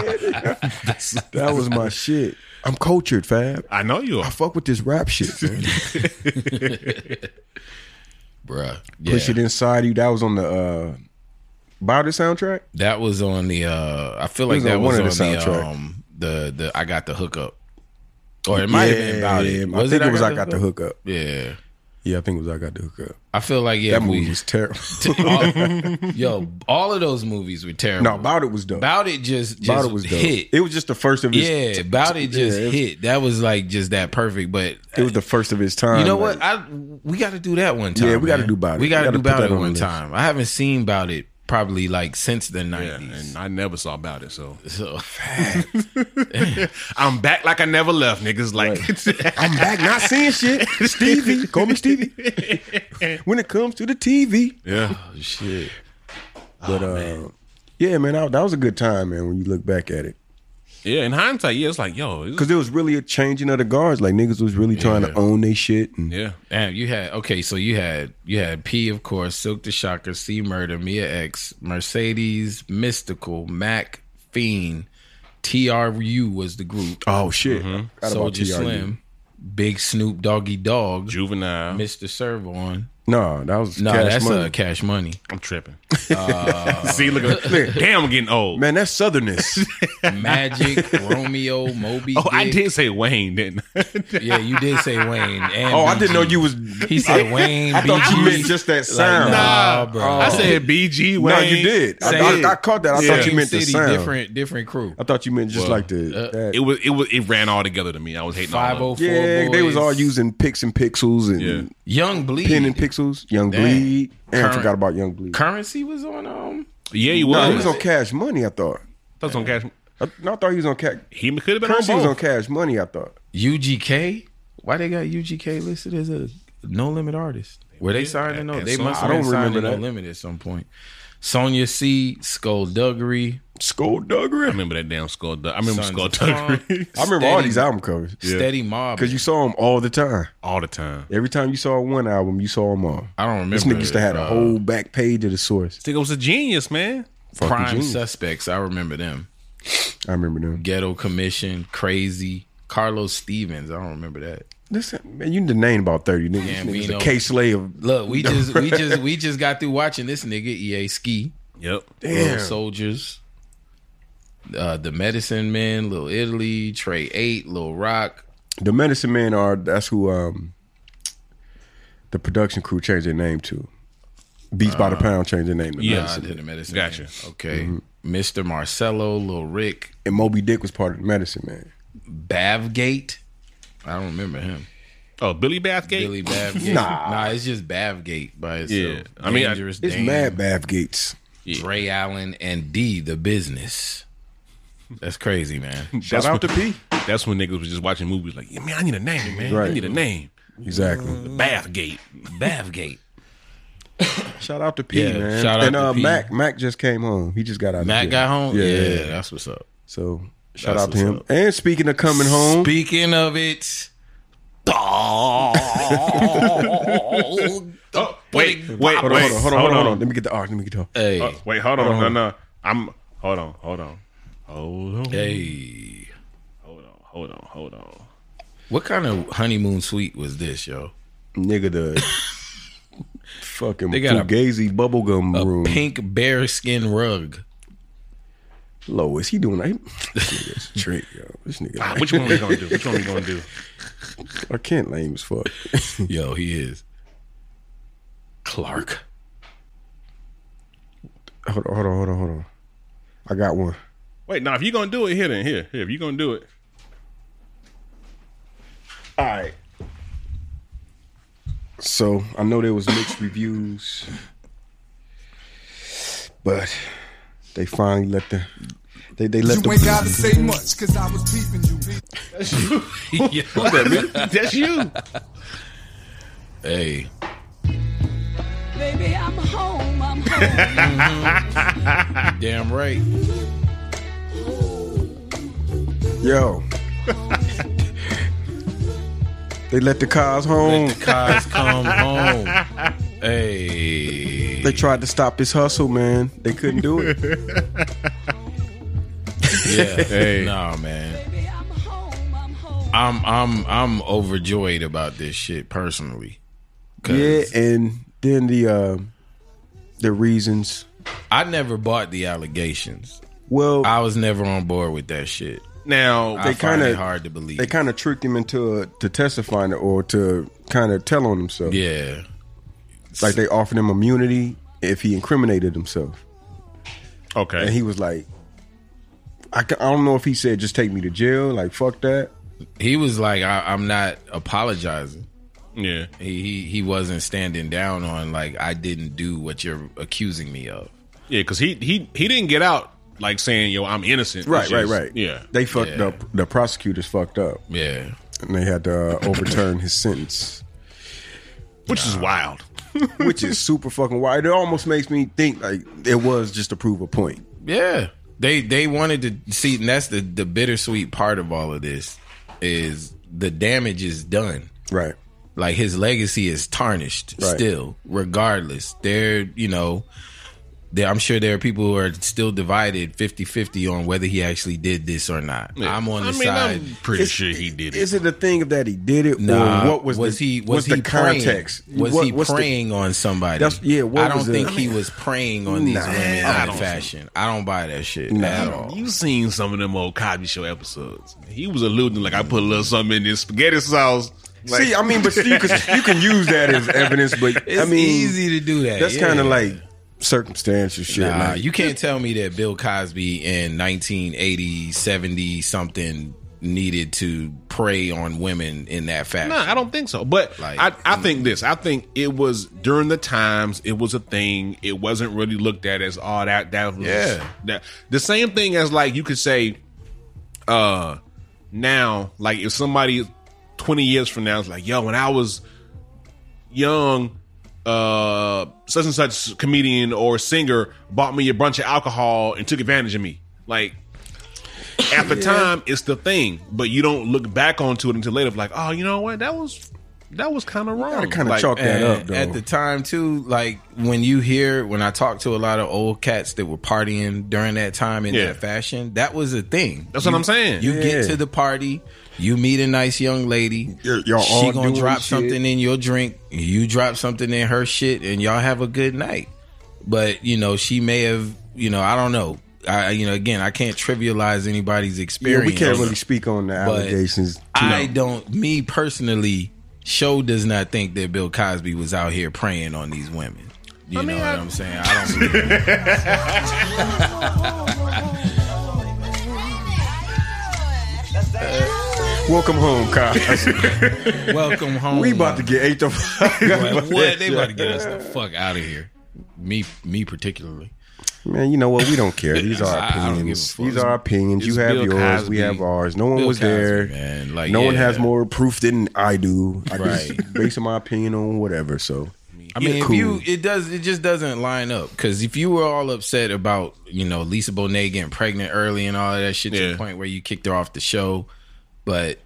B: That was my shit. I'm cultured, Fab.
C: I know you
B: I
C: are.
B: fuck with this rap shit, man.
E: bruh.
B: Push
E: Yeah.
B: it inside you. That was on the uh, Bowder soundtrack.
E: That was on the. uh I feel like
B: was
E: that
B: on
E: was
B: one
E: on
B: of the
E: the,
B: soundtrack.
E: um the the I got the hookup. Or it might have been about it.
B: I think it was I got the
E: hook?
B: hook up.
E: Yeah.
B: Yeah, I think it was I got the hook up.
E: I feel like yeah,
B: That movie
E: we,
B: was terrible.
E: [LAUGHS] all, yo, all of those movies were terrible.
B: [LAUGHS] no, about it was dope.
E: about it just, just
B: About
E: [LAUGHS]
B: it was dope.
E: hit.
B: It was just the first of his.
E: yeah, about it just
B: yeah, it was-
E: hit. That was like just that perfect. But
B: It was the first of his time.
E: you know
B: like-
E: what? I we got to do that one time.
B: Yeah, we gotta
E: man.
B: do Bout It.
E: We got to
B: We
E: do
B: gotta put
E: about it
B: that on the
E: one
B: list.
E: time. I haven't seen about it probably like since the
C: Yeah,
E: nineties. [LAUGHS]
C: and I never saw about it, so
E: so
B: Oh,
C: I'm back like I never left, niggas. Like,
B: I'm back not seeing shit. [LAUGHS] Stevie. Call me [LAUGHS] Stevie. when it comes to the TV.
C: [LAUGHS] yeah,
E: shit.
B: But uh, yeah, Oh, man, that, that was a good time, man, when you look back at it.
C: yeah. In hindsight, yeah, it's like, yo, it's,
B: Because it was really a changing of the guards. Like niggas was really trying to own they shit. And
C: yeah,
E: Damn, you had okay. So you had you had P, of course, Silk the Shocker, C Murder, Mia X, Mercedes, Mystical, Mac, Fiend, TRU was the group.
B: Oh shit. Forgot about
E: Soldier
B: TRU.
E: Slim, Big Snoop, Doggy Dog,
C: juvenile.
E: Mr. Servon.
B: No, that was
E: No,
B: cash
E: that's
B: money.
E: uh, Cash Money.
C: I'm tripping. See, look at damn, I'm getting old.
B: man, that's
E: [LAUGHS]
B: southernness. [LAUGHS]
E: Magic, Romeo, Moby.
C: oh, I
E: Dick.
C: did say Wayne, didn't? I?
E: Yeah, you did say Wayne. And
B: [LAUGHS] oh, I
E: BG.
B: didn't know you was.
E: [LAUGHS] He said Wayne.
B: I thought you
E: BG.
B: meant just that sound.
E: Nah, bro.
C: I said BG Wayne.
B: no, you did. I,
E: Same.
B: I, I caught that. I
C: Yeah.
B: thought you meant the
E: City,
B: sound.
E: different, uh, different crew.
B: I thought you meant just like the. that.
C: It was it was it ran all together to me. I was hating all
E: Five
C: of
E: oh
C: it.
E: four.
B: yeah, they was all using picks and pixels and
C: Yeah.
E: Young Bleed.
B: pin and pixels. Young
E: Damn.
B: bleed. And
E: Current-
B: I forgot about young bleed.
E: Currency was on um.
C: Yeah, he was.
B: no, he was on Cash Money. I thought.
C: That's on cash.
B: I, no, I thought he was on Cash.
C: He could have been
B: Currency
C: on
B: was
C: both.
B: on Cash Money. I thought.
E: UGK? Why they got UGK listed as a no limit artist? Were they signed to no?
C: and
E: They
C: so-
E: must
B: I
E: have been
B: don't
E: signed to
B: remember
E: no
B: that.
E: limit at some point. Sonia C, Skullduggery,
C: I
B: Skullduggery.
C: remember that damn skull. I remember
E: Sons
C: skull
E: of Funk,
B: [LAUGHS] I remember all
E: Steady-
B: these album covers
E: Steady Mob.
B: because you saw them all the time.
C: all the time.
B: Every time you saw one album, you saw them all.
E: I don't remember.
B: This nigga used to have a
E: uh,
B: whole back page of the source.
C: This nigga was a genius, man.
E: Prime
B: genius.
E: Suspects. I remember them.
B: I remember them.
E: Ghetto Commission, Crazy, Carlos Stevens. I don't remember that.
B: Listen, man, you the name about thirty niggas.
E: Yeah,
B: This
E: we
B: nigga's the
E: know.
B: K Slay of
E: Look, we just we just
B: [LAUGHS]
E: we just got through watching this nigga EA Ski,
C: Yep.
E: Little Soldiers, uh, the Medicine Men, Little Italy, Trey Eight, Little Rock,
B: the Medicine Man. Are that's who um the production crew changed their name to. Beats by the Pound changed their name to
C: yeah.
E: I
B: Medicine.
E: did the medicine.
C: Gotcha.
E: Man. Okay.
B: Mm-hmm.
E: Mr. Marcello, Lil Rick,
B: And Moby Dick was part of the Medicine Man.
E: Bavgate. I don't remember him.
C: Oh, Billy Bathgate.
E: Billy Bavgate.
B: Nah.
E: nah, it's just Bavgate by itself.
C: Yeah. I mean, I-
E: Dangerous
B: It's
E: Dan,
B: Mad Bath Gates.
E: Dre Allen and D, the business. That's crazy, man.
B: Shout out to P.
C: That's when niggas was just watching movies like, yeah, man, I need a name, man.
B: Right.
C: I need a name.
B: Exactly.
C: Bathgate.
E: Bavgate.
B: Shout out to P,
E: Yeah,
B: man.
E: shout out
B: and
E: to
B: uh,
E: P.
B: Mac, Mac just came home. He just got out. of
E: Matt
B: jail.
E: got home. Yeah,
B: yeah.
E: that's what's up.
B: So shout
E: That's
B: out to
E: what's
B: him.
E: up.
B: And speaking of coming home,
E: Speaking of it, [LAUGHS]
C: Oh, [LAUGHS] wait, wait, wait,
B: hold on, hold on, hold on, hold on, hold on. Let me get the R. Let me get [LAUGHS] the R.
E: hey,
C: Uh, wait, hold on. No, no. I'm hold on, hold on. Hold on.
E: hey,
C: Hold on. Hold on. Hold on.
B: [LAUGHS]
E: what kind of honeymoon suite was this, yo?
B: Nigga, the fucking
E: They got a-
B: Fugazi bubblegum
E: A
B: room.
E: pink bearskin rug.
B: Low, is he doing that? This nigga's a trick, yo. This nigga,
C: Which one we gonna do? Which one we gonna do?
B: I can't lame as fuck.
E: Yo, he is. Clark.
B: hold on, hold on, hold on, hold on. I got one.
C: Wait, now if you gonna do it, here then here. Here, if you gonna do it.
B: All right. So I know there was mixed reviews, but they finally let the they they let
F: You
B: the
F: ain't gotta say much, cause I was peeping you.
C: That's you.
E: Hey.
G: Baby, I'm home. I'm home.
E: Damn right.
B: Yo. they let the cars home.
E: Cos come home. Hey.
B: [LAUGHS] They tried to stop this hustle, man. They couldn't do [LAUGHS] it.
E: Yeah.
C: Hey.
E: Nah, man.
G: Baby, I'm home. I'm home.
E: I'm I'm I'm overjoyed about this shit personally.
B: yeah,
E: Cause
B: and then the uh, the reasons.
E: I never bought the allegations.
B: Well,
E: I was never on board with that shit.
C: Now,
E: I
B: [LAUGHS] They
E: find
B: kinda-
E: it hard to believe.
B: They kind of tricked him into to testifying or to kind of tell on himself.
E: yeah,
B: Like they offered him immunity if he incriminated himself.
C: okay,
B: And he was like, I, ca- I don't know if he said, just take me to jail. Like, fuck that.
E: he was like, I, "I'm not apologizing."
C: yeah,
E: He, he he wasn't standing down on like I didn't do what you're accusing me of.
C: yeah, because he he he didn't get out like saying, "Yo, I'm innocent."
B: Right,
C: It's
B: right,
C: just-
B: right.
C: Yeah,
B: They fucked
E: Yeah.
B: up. The prosecutors fucked up.
E: Yeah,
B: And they had
E: [COUGHS]
B: to uh, overturn his sentence,
C: which is wild.
B: which is super fucking wild. It almost makes me think like it was just to prove a point.
E: yeah. They they wanted to see, and that's the the bittersweet part of all of this is the damage is done.
B: Right.
E: like his legacy is tarnished
B: Right.
E: still regardless there you know there, i'm sure there are people who are still divided 50-50 on whether he actually did this or not i'm on the
C: I mean,
E: side
C: I'm pretty sure he did it.
B: Is it a thing that he did it
E: Nah,
B: or what was, the,
E: he was
B: what's
E: he
B: the context?
E: praying? was
B: What-
E: he
B: what's the-
E: praying on somebody
B: That's- yeah, what
E: i don't
B: was the-
E: think
B: I
E: he was praying on these
B: Nah,
E: women in
B: I
E: that
C: don't-
E: fashion i don't buy that shit at all
C: You seen some of them old Cosby Show episodes? He was alluding like I put a little something in this spaghetti sauce. Like,
B: See, I mean, but you can you can use
E: [LAUGHS]
B: that as evidence, but
E: it's
B: I mean,
E: easy to do that
B: that's
E: yeah.
B: kind of like circumstantial shit.
E: Nah,
B: like,
E: you can't tell me that Bill Cosby in 1980, 70 something needed to prey on women in that fashion.
C: No, I don't think so. But
E: Like-
C: I, I think this. I think it was during the times. It was a thing. It wasn't really looked at as all that. That was
E: Yeah.
C: that- the same thing as like you could say, uh, now like if somebody twenty years from now is like, yo, when I was young, uh, such and such comedian or singer bought me a bunch of alcohol and took advantage of me, like at the time it's the thing but you don't look back onto it until later like oh you know what that was that was kind of wrong
B: kind of
C: like,
B: chalk that
E: And
B: up though.
E: at the time too, like when you hear when I talk to a lot of old cats that were partying during that time in
C: Yeah.
E: that fashion, that was a thing.
C: that's what i'm saying
E: You
B: Yeah.
E: get to the party, you meet a nice young lady.
B: You're- y'all
E: she
B: all
E: gonna
B: doing
E: drop
B: shit.
E: something in your drink. You drop something in her shit, and y'all have a good night. But you know, she may have. You know, I don't know. I you know, again, I can't trivialize anybody's
B: yeah,
E: experience.
B: we can't really speak on the
E: but
B: allegations.
E: I don't. Me personally, show does not think that Bill Cosby was out here preying on these women. You know what I, am saying? I don't. believe it.
B: Welcome home,
E: [LAUGHS]
B: Kyle.
E: Welcome home.
B: we about to
E: mom.
B: get eight the fuck. [LAUGHS]
E: Like, what? They about to get us the fuck out of here. Me, me particularly.
B: Man, you know what? We don't care. These are
E: I- I don't give a
B: opinions.
E: fuck.
B: These are opinions. You
C: It's
B: have
C: Bill
B: yours. We
C: Cosby.
B: have ours. No one
E: Bill
B: was there.
E: Cosby, man. Like,
B: no one
E: Uh, yeah.
B: has more proof than I do. I
E: Right.
B: [LAUGHS] just basing my opinion on whatever. So
E: I mean,
B: cool.
E: if you it does it just doesn't line up because if you were all upset about you know Lisa Bonet getting pregnant early and all of that shit to
C: Yeah.
E: the point where you kicked her off the show, but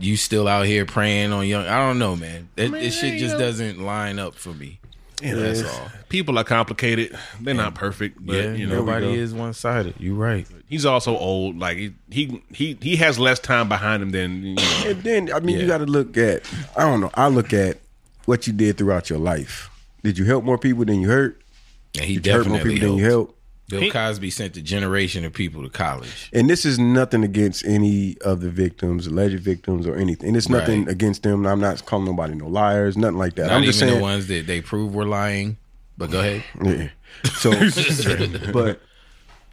E: you still out here praying on young. I don't know, man. That this shit just doesn't line up for me.
C: Yeah, that's all. people are complicated they're not perfect but
E: yeah,
C: you know
E: nobody is one sided. You right.
C: he's also old like he, he he he has less time behind him than you know. [LAUGHS]
B: And then I mean,
E: Yeah.
B: you got to look at. I don't know. I look at what you did throughout your life. Did you help more people than you hurt?
E: And he
B: Did you hurt more
E: definitely
B: people than you
E: helped.
B: helped?
E: Bill Cosby sent a generation of people to college.
B: And this is nothing against any of the victims, alleged victims, or anything. And it's nothing
E: Right.
B: against them. I'm not calling nobody no liars, nothing like that.
E: Not
B: I'm
E: even
B: just saying.
E: the ones that they prove were lying. But go ahead.
B: Yeah.
E: [LAUGHS]
B: So, but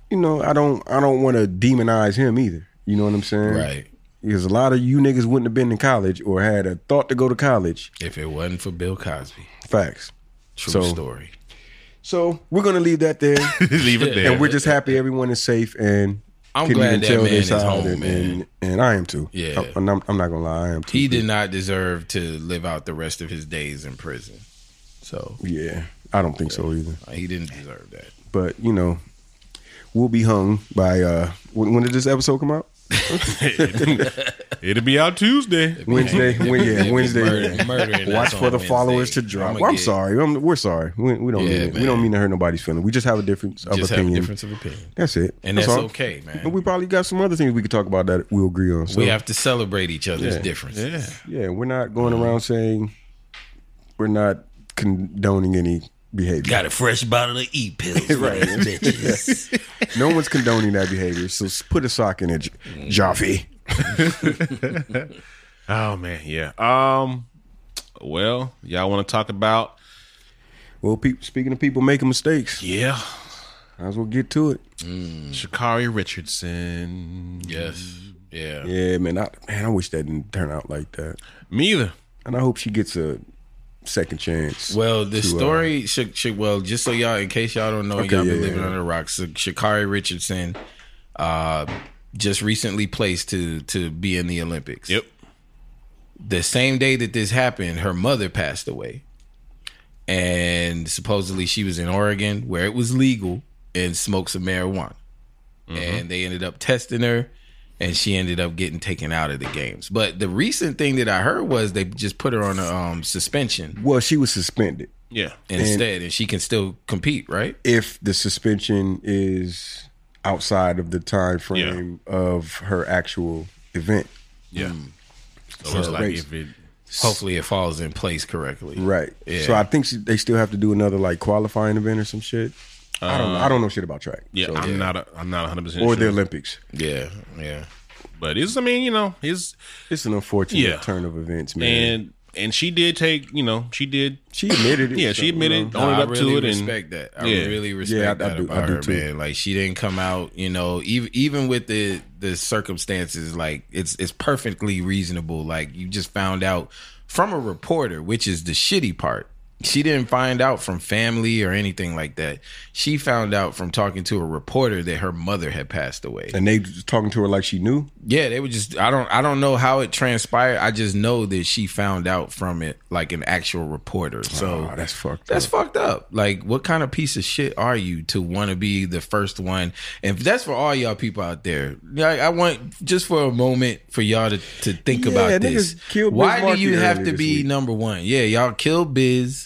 B: you know, I don't, I don't want to demonize him either. You know what I'm saying?
E: Right.
B: Because a lot of you niggas wouldn't have been in college or had a thought to go to college.
E: If it wasn't for Bill Cosby,
B: Facts.
E: true
B: So-
E: story.
B: So we're gonna leave
E: [LAUGHS]
B: that there.
C: leave it there
B: and we're just happy everyone is safe and
E: I'm
B: couldn't
E: glad
B: even
E: that
B: tell
E: man
B: they
E: is
B: side
E: home,
B: and,
E: man.
B: And, and I am too.
E: Yeah.
B: I, am I'm not gonna lie, I am too.
E: he did not deserve to live out the rest of his days in prison. So uh,
B: yeah, I don't think so either.
E: he didn't deserve that.
B: But you know, we'll be hung by uh when, when did this episode come out?
C: it'll be out tuesday
E: [LAUGHS]
B: Wednesday. When, yeah, Wednesday.
E: Murder,
B: [LAUGHS]
E: murdering us
B: Watch for
E: on
B: the
E: Wednesday.
B: followers to drop.
E: I'ma
B: Well, I'm
E: get-
B: sorry. I'm, we're sorry. We, we don't
E: Yeah,
B: mean it. we
E: man.
B: don't mean to hurt nobody's feeling. We just have a difference of
E: Just have
B: opinion.
E: a difference of opinion,
B: That's it.
E: and that's,
B: all.
E: okay, man.
B: And
E: we,
B: we probably got some other things we could talk about that we'll agree on. So
E: have to celebrate each other's differences.
B: Yeah, we're not going around saying we're not condoning any behavior.
H: Got a fresh bottle of E
B: [LAUGHS]
H: pills. right. Bitches.
B: No one's condoning that behavior. So s- put a sock in it, Joffy.
C: Oh man, yeah. Um, well, y'all want to talk about?
B: Well, peop speaking of people making mistakes,
C: Yeah,
B: might as well get to it.
C: Shakari Richardson.
E: Yes. Yeah.
B: Yeah, man. I, man, I wish that didn't turn out like that.
C: Me either.
B: And I hope she gets a second chance.
E: Well, the
B: To, uh,
E: story, Sha- Sha- well, just so y'all, in case y'all don't know,
B: Okay,
E: y'all
B: yeah,
E: been living
B: yeah.
E: under the rocks. So Shakari Richardson, uh, just recently placed to to be in the Olympics.
C: Yep.
E: The same day that this happened, her mother passed away, and supposedly she was in Oregon where it was legal and smoked some marijuana, and they ended up testing her. And she ended up getting taken out of the games. But the recent thing that I heard was they just put her on a um, suspension
B: well, she was suspended.
C: Yeah.
E: instead, and she can still compete, right?
B: If the suspension is outside of the time frame of her actual event,
C: Yeah. So
E: For
C: it's
E: a
C: like
B: race.
C: if it
E: Hopefully, it falls in place correctly.
B: right?
E: Yeah.
B: So I think she, they still have to do another like qualifying event or some shit. I don't. know. I don't know shit about track.
C: Yeah,
B: So-
C: I'm not. A, I'm not 100 percent
B: or
C: sure.
B: the Olympics.
E: Yeah, yeah.
C: but it's. I mean, you know, his
B: It's an unfortunate
C: Yeah.
B: turn of events, man.
C: and and she did take. You know, she did.
B: she admitted it.
C: [LAUGHS] Yeah, she
B: so, you
C: admitted,
B: know.
E: No,
C: owned
E: I
C: up
E: really
C: to it,
E: respect that. I
C: Yeah.
E: really respect
B: Yeah, I- I
E: that
B: do- I
E: about
B: do
E: her,
B: too.
E: man. Like she didn't come out, you know, even even with the the circumstances, like it's it's perfectly reasonable. Like you just found out from a reporter, which is the shitty part. She didn't find out from family or anything like that. She found out from talking to a reporter that her mother had passed away.
B: and they was talking to her like she knew.
E: Yeah, they were just I don't I don't know how it transpired. I just know that she found out from it like an actual reporter. So
B: Oh, that's fucked.
E: that's
B: up.
E: fucked up. Like what kind of piece of shit are you to want to be the first one? And that's for all y'all people out there. Like I want just for a moment for y'all to, to think
B: Yeah,
E: about this.
B: niggas killed Biz
E: Why do
B: Markie
E: you have
B: earlier
E: to
B: this
E: be
B: week.
E: number 1? Yeah, y'all kill biz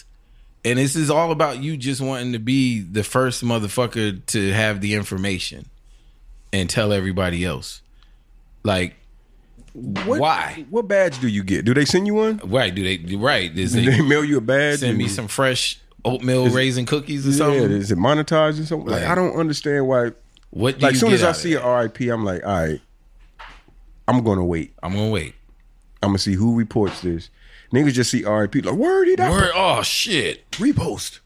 E: and this is all about you just wanting to be the first motherfucker to have the information and tell everybody else. Like
B: What-
E: why?
B: What badge do you get? Do they send you one?
E: Right? Do they right? Is
B: Do [LAUGHS] they
E: they
B: mail you a badge?
E: send me
B: and-
E: some fresh oatmeal raisin cookies or
B: Yeah,
E: something?
B: is it monetized or something? Like,
E: Like-
B: I don't understand why.
E: What do
B: Like,
E: you
B: soon
E: get
B: as I
E: out of
B: see
E: it?
B: a RIP, I'm like, all right, I'm gonna wait.
E: I'm gonna wait.
B: I'm gonna see who reports this. Niggas just see RIP, like, word he died.
E: Word, oh shit.
B: Repost.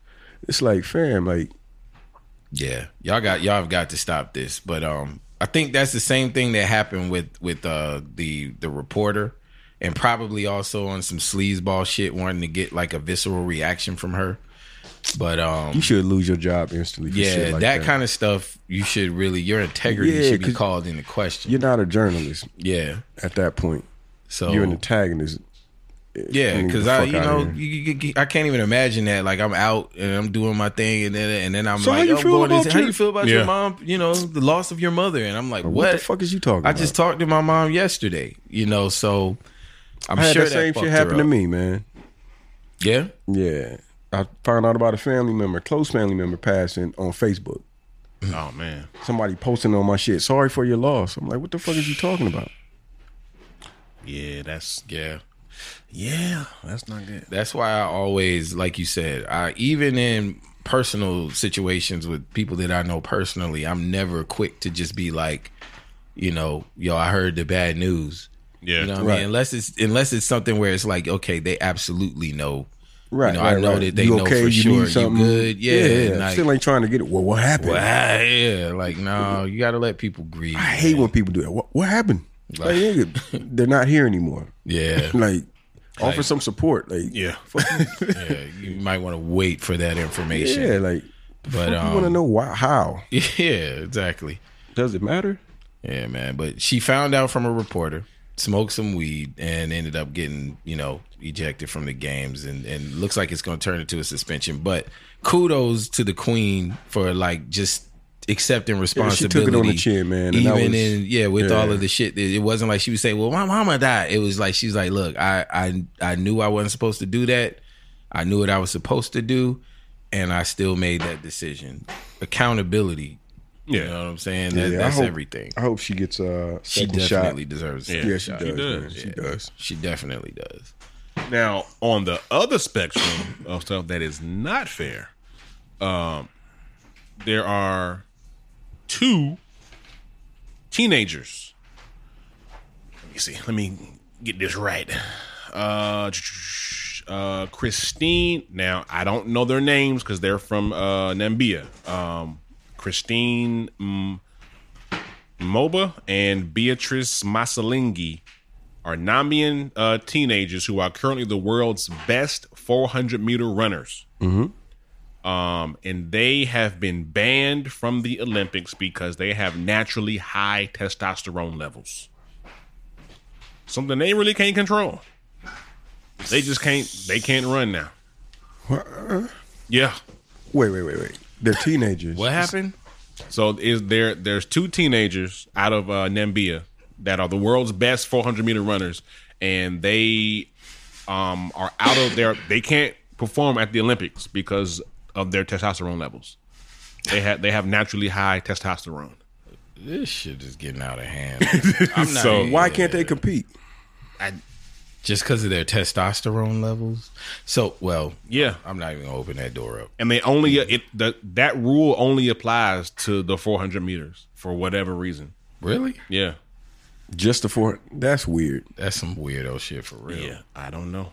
B: It's like, fam, like,
E: Yeah, y'all got y'all have got to stop this. But um, I think that's the same thing that happened with with uh the the reporter, and probably also on some sleazeball shit, wanting to get like a visceral reaction from her. But um,
B: you should lose your job instantly. For
E: yeah,
B: shit like
E: that, kind of stuff you should really your integrity
B: Yeah,
E: should be
B: 'cause
E: called into question.
B: You're not a journalist
E: yeah,
B: at that point.
E: so
B: You're an antagonist.
E: Yeah,
B: Get
E: because
B: the
E: I,
B: fuck
E: you
B: outta
E: know,
B: here.
E: you, you- you- I can't even imagine that. Like I'm out and I'm doing my thing, and then and then I'm
B: So how
E: like, oh,
B: you
E: I'm
B: feel
E: going to
B: about
E: say, how
B: your-
E: you feel about
C: Yeah.
E: your mom? You know, the loss of your mother, and I'm like, what?
B: What, the fuck is you talking
E: I
B: about?
E: just talked to my mom yesterday. You know, so I'm
B: I had
E: sure
B: that same
E: fucked
B: shit
E: her
B: happen to
E: up.
B: me, man.
E: Yeah,
B: Yeah. I found out about a family member, close family member passing on Facebook.
C: Oh man.
B: Somebody posting on my shit, sorry for your loss. I'm like, what the fuck is you talking about?
C: Yeah, that's.
E: yeah.
C: Yeah, that's not good.
E: That's why I always, like you said, I even in personal situations with people that I know personally, I'm never quick to just be like, you know, yo, I heard the bad news.
C: Yeah.
E: You know what I
B: Right.
E: mean? Unless it's unless it's something where it's like, okay, they absolutely know.
B: Right.
E: You know, I
B: right,
E: know
B: right.
E: that they know for
B: need
E: sure you
B: something?
E: good? Yeah, and like-
B: Still ain't trying to get it. Well, what happened?
E: Wow, ah, yeah, like no, you gotta let people grieve.
B: I hate when people do that. What, what happened?
E: [LAUGHS]
B: Like, nigga, they're not here anymore.
E: Yeah,
B: Like, offer some support. Like, [LAUGHS]
C: Yeah.
E: [LAUGHS] yeah, you might want to wait for that information.
B: yeah, like,
E: but
B: you want to
E: um,
B: know why? How
E: [LAUGHS] yeah, exactly.
B: does it matter?
E: Yeah, man. But she found out from a reporter, smoked some weed, and ended up getting, you know, ejected from the games and, and looks like it's gonna turn into a suspension. But kudos to the queen for like just accepting responsibility.
B: took it on the chin, man, and that
E: Even
B: was-
E: in yeah, with
B: yeah.
E: all of the shit that it wasn't like she was saying, Well, my mama died. It was like she's like, Look, I I I knew I wasn't supposed to do that. I knew what I was supposed to do, and I still made that decision. Accountability. You know
C: Yeah.
E: what I'm saying?
B: Yeah,
E: That,
B: I
E: that's
B: hope-
E: everything
B: I hope she gets a second
E: she
B: shot.
E: definitely deserves it.
B: Yeah, she does.
C: She does.
B: man. She does.
E: She definitely does.
C: Now, on the other spectrum of stuff that is not fair, um, there are two teenagers. Let me see. Let me get this right. Uh, uh, Christine. Now I don't know their names because they're from uh, Nambia. Um, Christine M- Moba and Beatrice Masalingi are Namibian uh, teenagers who are currently the world's best 400 meter runners um, and they have been banned from the Olympics because they have naturally high testosterone levels. Something they really can't control. They just can't. They can't run now. Yeah.
B: Wait, wait, wait, wait. They're teenagers.
E: What happened?
C: So is there? There's two teenagers out of uh, Nambia that are the world's best 400 meter runners, and they um, are out of their. They can't perform at the Olympics because of their testosterone levels. They have they have naturally high testosterone.
E: This shit is getting out of [LAUGHS] hand. I'm not
C: So
E: even-
B: Why can't they compete?
E: just because of their testosterone levels? So, well,
C: Yeah,
E: I'm not even gonna open that door up.
C: and they only uh, it the, that rule only applies to the 400 meters for whatever reason.
E: Really?
C: Yeah,
B: Just the four. That's weird.
E: That's some weirdo shit for real.
C: I don't know.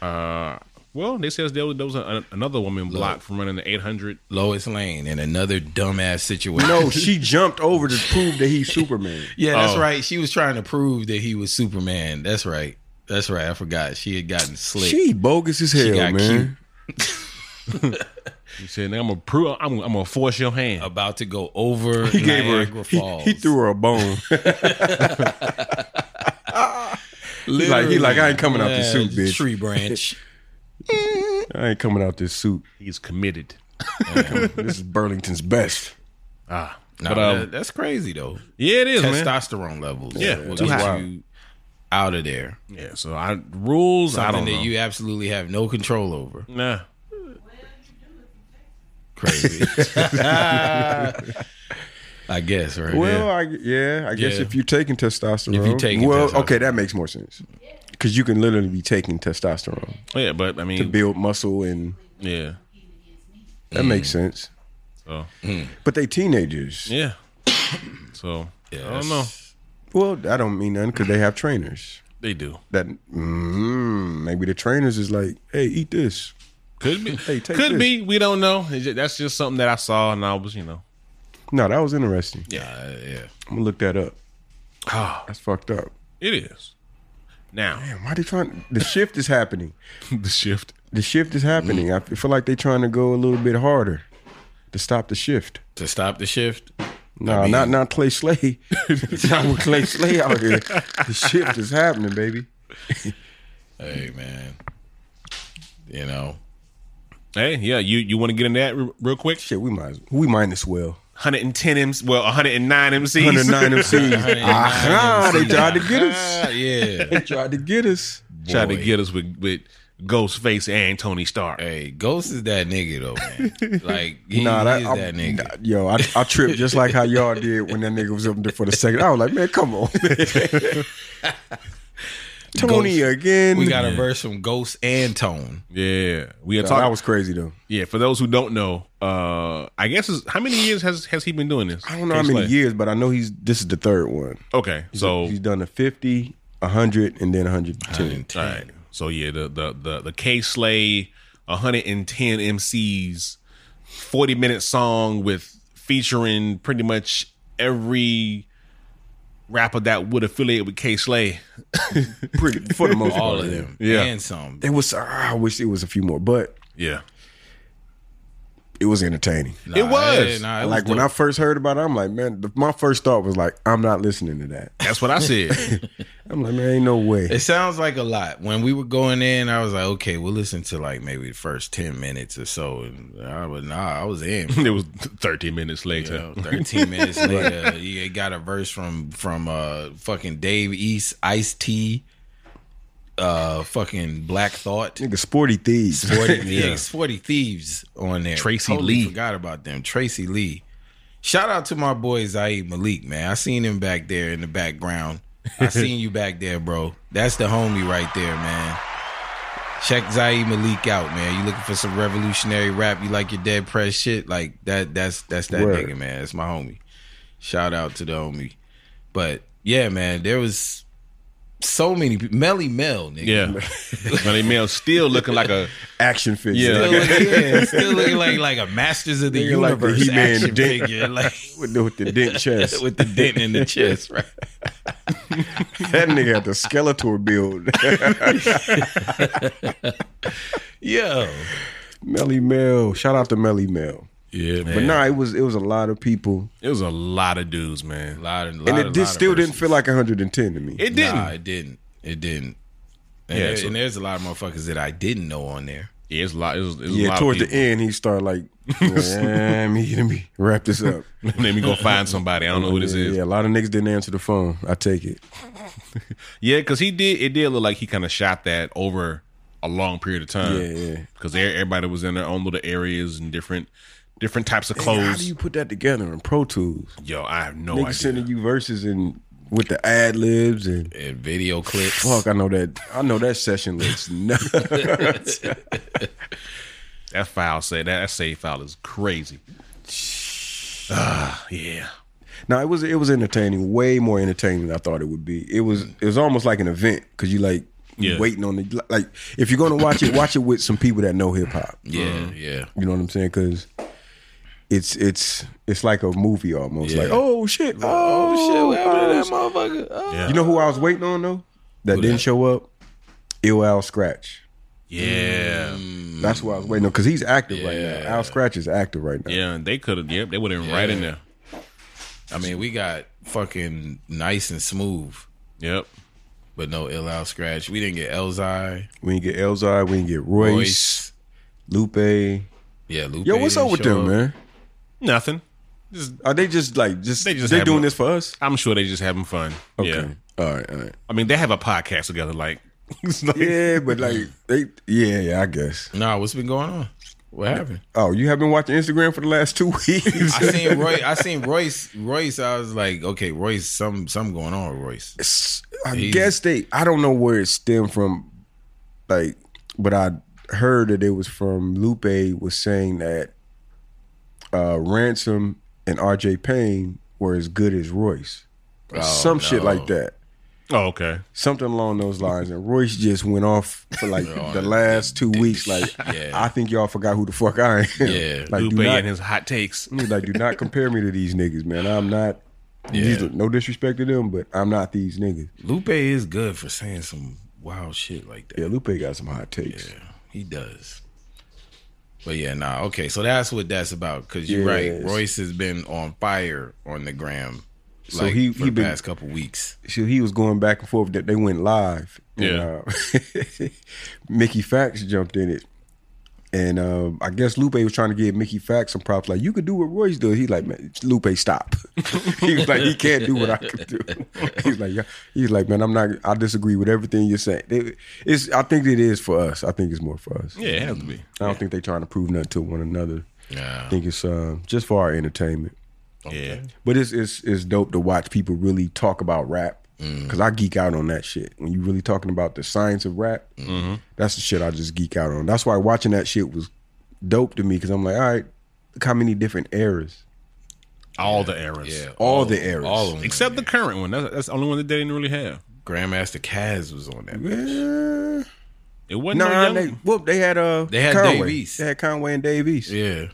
C: Uh, well, they says there was, there was a, another woman blocked from running the 800
E: Lois Lane in another dumbass situation. [LAUGHS]
B: No, she jumped over to prove that he's Superman.
E: yeah, that's
C: Oh.
E: right. She was trying to prove that he was Superman. That's right. That's right. I forgot. She had gotten slick.
B: She bogus as hell,
E: got
B: man.
C: He said, "I'm gonna prove. I'm, I'm gonna force your hand."
E: about to go [LAUGHS] over
B: He gave
E: Niagara
B: her. he-
E: Falls.
B: He, threw her a bone.
E: Literally.
B: like- he like, I ain't coming out the
E: Yeah,
B: suit, bitch.
E: Tree [LAUGHS] branch.
B: I ain't coming out this suit.
C: He's committed.
B: This is Burlington's best. Ah.
E: Nah,
C: But, um,
E: that- that's crazy though.
C: Yeah, it is, man.
E: Testosterone levels.
C: Yeah,
E: will
C: too
E: get
C: high.
E: you out of there.
C: Yeah. So I rules. I
E: Something
C: don't
E: that
C: know.
E: you absolutely have no control over.
C: nah. [LAUGHS]
E: Crazy. [LAUGHS] I guess right.
B: [LAUGHS] Well,
E: Yeah.
B: I, yeah, I guess
E: Yeah.
B: if you're taking testosterone,
E: If you're taking
B: well,
E: testosterone.
B: okay, that makes more sense because you can literally be taking testosterone
C: Yeah, but I
B: to
C: mean,
B: build muscle, and
C: yeah.
B: that makes sense.
C: So
B: But they teenagers.
C: yeah. So I don't know.
B: Well, I don't mean none because they have trainers.
C: They do.
B: That mm, maybe the trainers is like, hey, eat this.
C: Could be.
B: [LAUGHS] Hey, take
C: could
B: this.
C: be. We don't know. It's ju- that's just something that I saw, and I was, you know.
B: No, that was interesting.
E: Uh, yeah.
B: I'm gonna look that up.
C: Ah,
B: That's fucked up.
C: it is. Now
B: Why they trying? The shift is happening.
C: [LAUGHS] the shift.
B: The shift is happening. I feel like they trying to go a little bit harder to stop the shift.
E: To stop the shift.
B: No, not not Clay Slay. [LAUGHS] not with Clay Slay out here. The shift is happening, baby.
E: Hey man. You know.
C: Hey, yeah. You you want to get in that re- real quick?
B: Shit, we might as- we might as [LAUGHS] well.
C: 110 M's. Well, 109 MCs.
B: 109 MCs. [LAUGHS] Aha, they tried to get
E: Ah,
B: us.
E: yeah.
C: [LAUGHS]
B: They tried to get us.
C: [LAUGHS] Tried to
E: Boy.
C: get us with with Ghostface and Tony Stark.
E: Hey, Ghost is that nigga though,
C: [LAUGHS]
E: man. Like he
B: Nah, that,
E: is
B: I,
E: that nigga.
B: nah, yo, I, I tripped just like how y'all did when that nigga was up there for the second. I was like, man, come on. [LAUGHS] Tony
E: Ghost.
B: again.
E: We got a verse from Ghost and Tone.
C: Yeah, we had
B: Nah,
C: talked.
B: that was crazy though.
C: yeah, for those who don't know, uh, I guess it's, how many years has has he been doing this?
B: I don't know how many years, but I know he's this is the third one.
C: Okay, so
B: He's done a 50, 100, and then 110.
C: all right, so yeah, the the the the K Slay, 110 MCs, 40 minute song with featuring pretty much every rapper that would affiliate with K Slay.
B: Pretty for the most part.
E: All of them.
C: Yeah.
E: And some.
B: It was. ah, I wish it was a few more, but
C: Yeah,
B: it was entertaining.
E: Nah,
C: It was.
E: nah, it was
B: like when I
E: dope.
B: first heard about it, I'm like, man. The, my first thought was like, I'm not listening to that. [LAUGHS]
C: that's what I said. [LAUGHS]
B: I'm like, man, ain't no way.
E: It sounds like a lot. When we were going in, I was like, okay, we'll listen to like maybe the first 10 minutes or so. And I was, nah, I was in. [LAUGHS]
C: it was 30 minutes later.
E: You
C: [LAUGHS]
E: know, 13 minutes later, you got a verse from from uh fucking Dave East, Ice T, uh fucking Black Thought.
B: Nigga, sporty
E: [LAUGHS]
B: thieves.
E: Sporty, yeah, Sporty Thieves on there.
C: Tracy
E: Totally
C: Lee.
E: Forgot about them. Tracy Lee. Shout out to my boy Zaid Malik, man. I seen him back there in the background. I seen you back there, bro. That's the homie right there, man. Check Zayn Malik out, man. You looking for some revolutionary rap? You like your dead press shit? Like that? That's that's that
B: Word.
E: nigga, man. That's my homie. Shout out to the homie. But yeah, man, there was so many pe- Melly Mel, nigga.
B: [LAUGHS]
C: Yeah, Melly Mel still looking like a
B: Action figure.
C: Yeah.
E: Still looking,
B: [LAUGHS]
E: yeah, still looking like like a Masters of the
B: Nigga like the
E: Universe
B: He-Man
E: action
B: dent.
E: figure, [LAUGHS] like
B: With the, with
E: [LAUGHS]
B: the dent chest.
E: with the dent in the chest, right?
B: that nigga had the Skeletor build. [LAUGHS]
E: Yo,
B: Melly Mel. Shout out to Melly Mel.
C: yeah,
B: But
C: man.
B: nah, it was it was a lot of people.
C: It was a lot of dudes, man.
E: lot of, lot
B: And
E: of-
B: it did,
E: lot of
B: still
E: verses.
B: didn't feel like 110 to me.
C: It didn't.
E: Nah, it didn't. It didn't. And,
C: Yeah,
E: there-
C: so-
E: and there's a lot of motherfuckers that I didn't know on there.
C: yeah, it's a lot. It was, it was a
B: yeah,
C: lot
B: towards
C: of
B: the end he started like, yeah, me, let me wrap this
C: [LAUGHS]
B: up.
C: end. Let me go find somebody. I don't know who this
B: yeah,
C: is.
B: yeah, a lot of niggas didn't answer the phone. I take it.
C: Yeah, because he did. It did look like he kind of shot that over a long period of time.
B: Yeah, yeah.
C: Because everybody was in their own little areas and different, different types of
B: Hey, How do
C: clothes.
B: you put that together in Pro Tools?
C: Yo, I have no
B: Niggas
C: idea.
B: sending you verses and with the ad libs and
E: And video clips.
B: fuck. I know that. I know that session
C: [LAUGHS]
B: looks nuts.
C: That file say that, that save file is
B: [SIGHS]
C: crazy. Ah, yeah.
B: now it was it was entertaining. Way more entertaining than I thought it would be. It was it was almost like an event because you like you
C: Yeah.
B: waiting on the like if you're gonna watch it, watch it with some people that know hip hop.
E: Yeah,
B: Mm-hmm.
E: yeah.
B: You know what I'm saying? Because it's it's it's like a movie almost. Like oh shit, oh, shit,
E: motherfucker?
C: Yeah.
B: You know who I was waiting on though? That didn't show up? Ill Al Scratch.
C: Yeah.
B: That's who I was waiting on because he's active right now. Al Scratch is active right now.
C: Yeah, and they could have. Yep, they would have been right in there.
E: I mean, we got fucking nice and smooth,
C: Yep.
E: but no ill out scratch. We didn't get Elzai,
B: We didn't get Elzai, we didn't get Royce,
E: Royce.
B: Lupe. Yo,
E: Yeah, Lupe.
B: what's
E: didn't
B: up with
E: show
B: them,
E: up.
B: man?
C: Nothing.
B: Are they just like just
C: They
B: they
C: just have
B: doing
C: a-
B: this for us?
C: I'm sure they just having fun.
B: Okay.
C: Yeah.
B: All right, all right.
C: I mean, they have a podcast together. Like, [LAUGHS] it's like-
B: Yeah, but like they yeah, yeah, I guess.
E: Nah, what's been going on? What
B: [LAUGHS]
E: happened?
B: Oh, you have been watching Instagram for the last two [LAUGHS] weeks.
E: I seen Roy. I seen Royce. Royce. I was like, okay, Royce. Some some going on with Royce.
B: s- I
E: He's-
B: guess they. I don't know where it stemmed from, like, but I heard that it was from Lupe was saying that uh, Ransom and R.J. Payne were as good as Royce,
E: Oh,
B: or some shit like that,
C: oh, okay.
B: something along those lines. And Royce just went off
E: [LAUGHS]
B: for like the last two weeks. Like,
E: Oh, Yeah.
B: I think y'all forgot who the fuck I am.
E: Yeah.
B: [LAUGHS] like,
C: Lupe
B: do not,
C: and his hot takes.
B: like do [LAUGHS] not compare me to these niggas, man. I'm not. These are, no disrespect to them, but I'm not these niggas.
E: Lupe is good for saying some wild shit like that.
B: Yeah, Lupe got some hot takes.
E: He does. But yeah, nah. Okay, so that's what that's about. Cause you're
B: Yes.
E: right. Royce has been on fire on the gram. Like,
B: So he-
E: for
B: he
E: the
B: been-
E: past couple weeks.
B: So he was going back and forth. That they went live.
C: Yeah.
B: And, uh, [LAUGHS] Mickey Fax jumped in it, and um, I guess Lupe was trying to give Mickey Fax some props. Like you could do what Royce does. He's like, man, Lupe, stop. [LAUGHS] he was like, he can't do what I could do. [LAUGHS] he's like, yeah. he's like, man, I'm not. I disagree with everything you're saying. It- it's. I think it is for us. I think it's more for us.
C: Yeah, it has to be.
B: I don't think they're trying to prove nothing to one another.
E: Yeah.
B: I think it's uh, just for our entertainment.
C: Yeah.
B: But it's it's it's dope to watch people really talk about rap
E: Mm.
B: because I geek out on that shit. When you really talking about the science of rap,
E: Mm-hmm.
B: that's the shit I just geek out on. That's why watching that shit was dope to me because I'm like, all right, look how many different eras,
C: All the errors.
E: Yeah.
B: all, the eras,
E: All of them.
C: Except the current one. That's, that's the only one that they didn't really have.
E: Grandmaster Caz was on that.
B: Yeah.
C: It wasn't no
B: Nah,
C: young.
B: they, well, they had uh,
E: They had
B: Conway.
E: Dave East.
B: They had Conway and Dave East.
E: Yeah.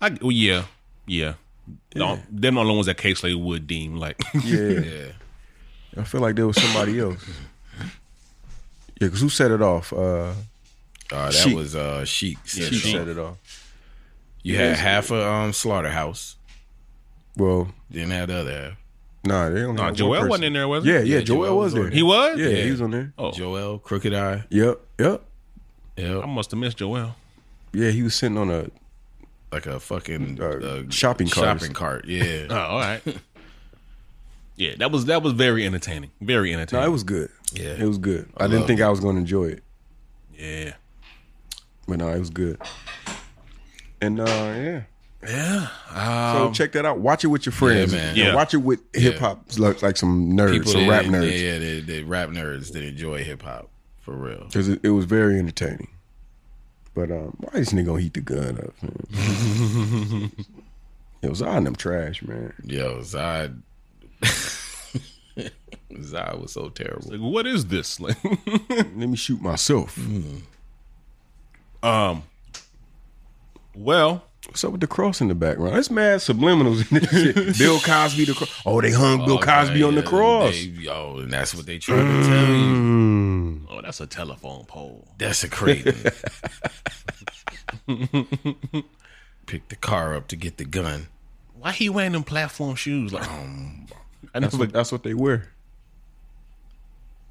C: I, well, yeah. Yeah. No, them are the ones that K Slade would deem like. [LAUGHS]
B: Yeah.
E: Yeah.
B: I feel like there was somebody
E: [LAUGHS]
B: else. Yeah, because who set it off? Uh,
E: Uh, that
B: Sheik.
E: was uh Sheik.
B: she
E: Sheik.
B: set it off.
E: You had half of um slaughterhouse.
B: Well,
E: Didn't have the other half.
B: nah, they only
C: Nah,
B: had
C: Joel
B: one
C: wasn't
B: person.
C: in there, was he?
B: Yeah, yeah, Joel,
E: Joel was
B: was
E: on
B: there.
C: He was?
B: Yeah, he was on there.
C: Oh.
E: Joel, Crooked Eye.
B: Yep, yep.
C: I
E: Yeah.
C: must have missed Joel.
B: Yeah, he was sitting on a
E: Like a fucking
B: Uh,
E: uh,
B: shopping cart.
E: Shopping cart. Yeah.
C: [LAUGHS] Oh, all right. yeah, that was that was very entertaining. Very
B: No,
C: entertaining.
B: it was good.
E: Yeah.
B: It was good. I, didn't think I was gonna enjoy it.
C: yeah.
B: But no, it was good. And uh yeah.
C: Yeah. um,
B: So check that out. Watch it with your friends.
E: man.
B: And
C: Yeah.
B: Watch it with hip hop like, like some nerds,
E: People
B: some
E: that-
B: rap nerds.
E: Yeah, yeah, the, the rap nerds that enjoy hip hop. for real.
B: because it, it was very entertaining. But um, why this nigga gonna heat the gun up? Man?
E: [LAUGHS]
B: it was on them trash, man.
E: Yo, Zod. [LAUGHS] Zod was so terrible.
C: Like, what is this? [LAUGHS] Like,
B: Let me shoot myself.
E: Mm.
C: well,
B: What's up with the cross in the background? It's mad subliminals
E: [LAUGHS]
B: in this shit. Bill Cosby, the cross. Oh, they hung Bill Cosby on the
E: Yeah,
B: cross.
E: they- yo, and that's what they trying to tell you.
B: Mm.
C: oh, that's a telephone pole.
E: [LAUGHS] Desecrating. Pick the car up to get the gun.
C: Why he wearing them platform shoes? Like, I
B: That's
C: never,
B: what, that's what they wear.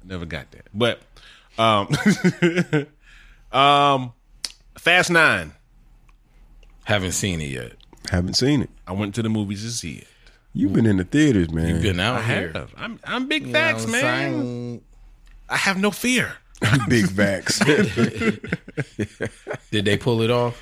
C: never got that. But, um, [LAUGHS] um, Fast Nine.
E: Haven't seen it yet.
B: Haven't seen it.
C: I went to the movies to see it.
B: You've been in the theaters, man.
E: You've been out
C: I
E: here.
C: have. I'm, I'm big
E: You know
C: facts,
E: what I'm
C: man.
E: saying?
C: I have no fear.
E: [LAUGHS]
B: Big vax.
E: Did they pull it off?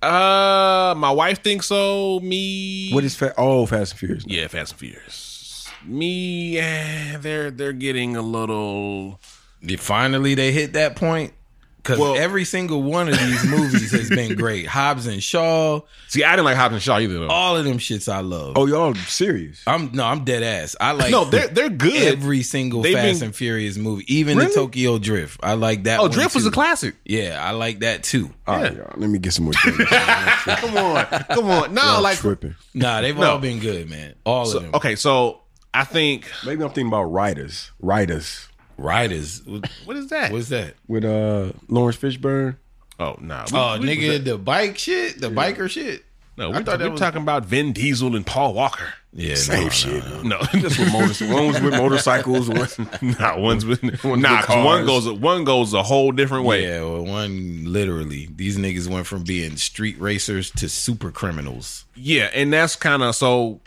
C: Uh, my wife thinks so. Me,
B: what is fa- oh Fast and Furious?
C: Yeah, Fast and Furious. Me, eh, they're they're getting a little.
E: They- finally they hit that point because
C: Well-
E: every single one of these movies has
B: [LAUGHS]
E: been great. Hobbs and Shaw,
C: See, I didn't like Hobbs and Shaw either. Though.
E: all of them shits I love.
B: Oh, y'all serious?
E: I'm no, I'm dead ass. I like
C: no, they're they're good.
E: every single
C: They've
E: Fast
C: been-
E: and Furious movie, even the
C: Really?
E: Tokyo Drift. I like that.
C: oh,
E: one
C: Drift was
E: too.
C: a classic.
E: Yeah, I like that too.
B: All right, y'all. Let me get
E: [LAUGHS]
B: some more. drinks. I'm
C: Come [LAUGHS] on, come on. No, like
B: tripping.
E: Nah, they've
C: No.
E: all been good, man. All
C: so-
E: of them.
C: okay. So I think
B: Maybe I'm thinking about writers. Writers
E: Riders, what-
C: what is that?
E: what's
C: [LAUGHS]
E: that?
B: with uh Lawrence Fishburne.
C: oh no, we-
E: Oh,
C: we-
E: nigga, the bike shit, the biker shit. I
C: no. We're,
E: thought that
C: we're
E: was-
C: talking about Vin Diesel and Paul Walker.
E: Yeah,
B: Same shit.
E: [LAUGHS]
C: No,
B: With motor- one was with motorcycles. One.
C: [LAUGHS] nah,
E: [LAUGHS]
C: one's with
B: One's
C: nah.
B: with
C: 'cause one
B: cars.
C: goes one goes a whole different way.
E: Yeah, well, one literally. These niggas went from being street racers to super criminals.
C: Yeah, and that's kind of so.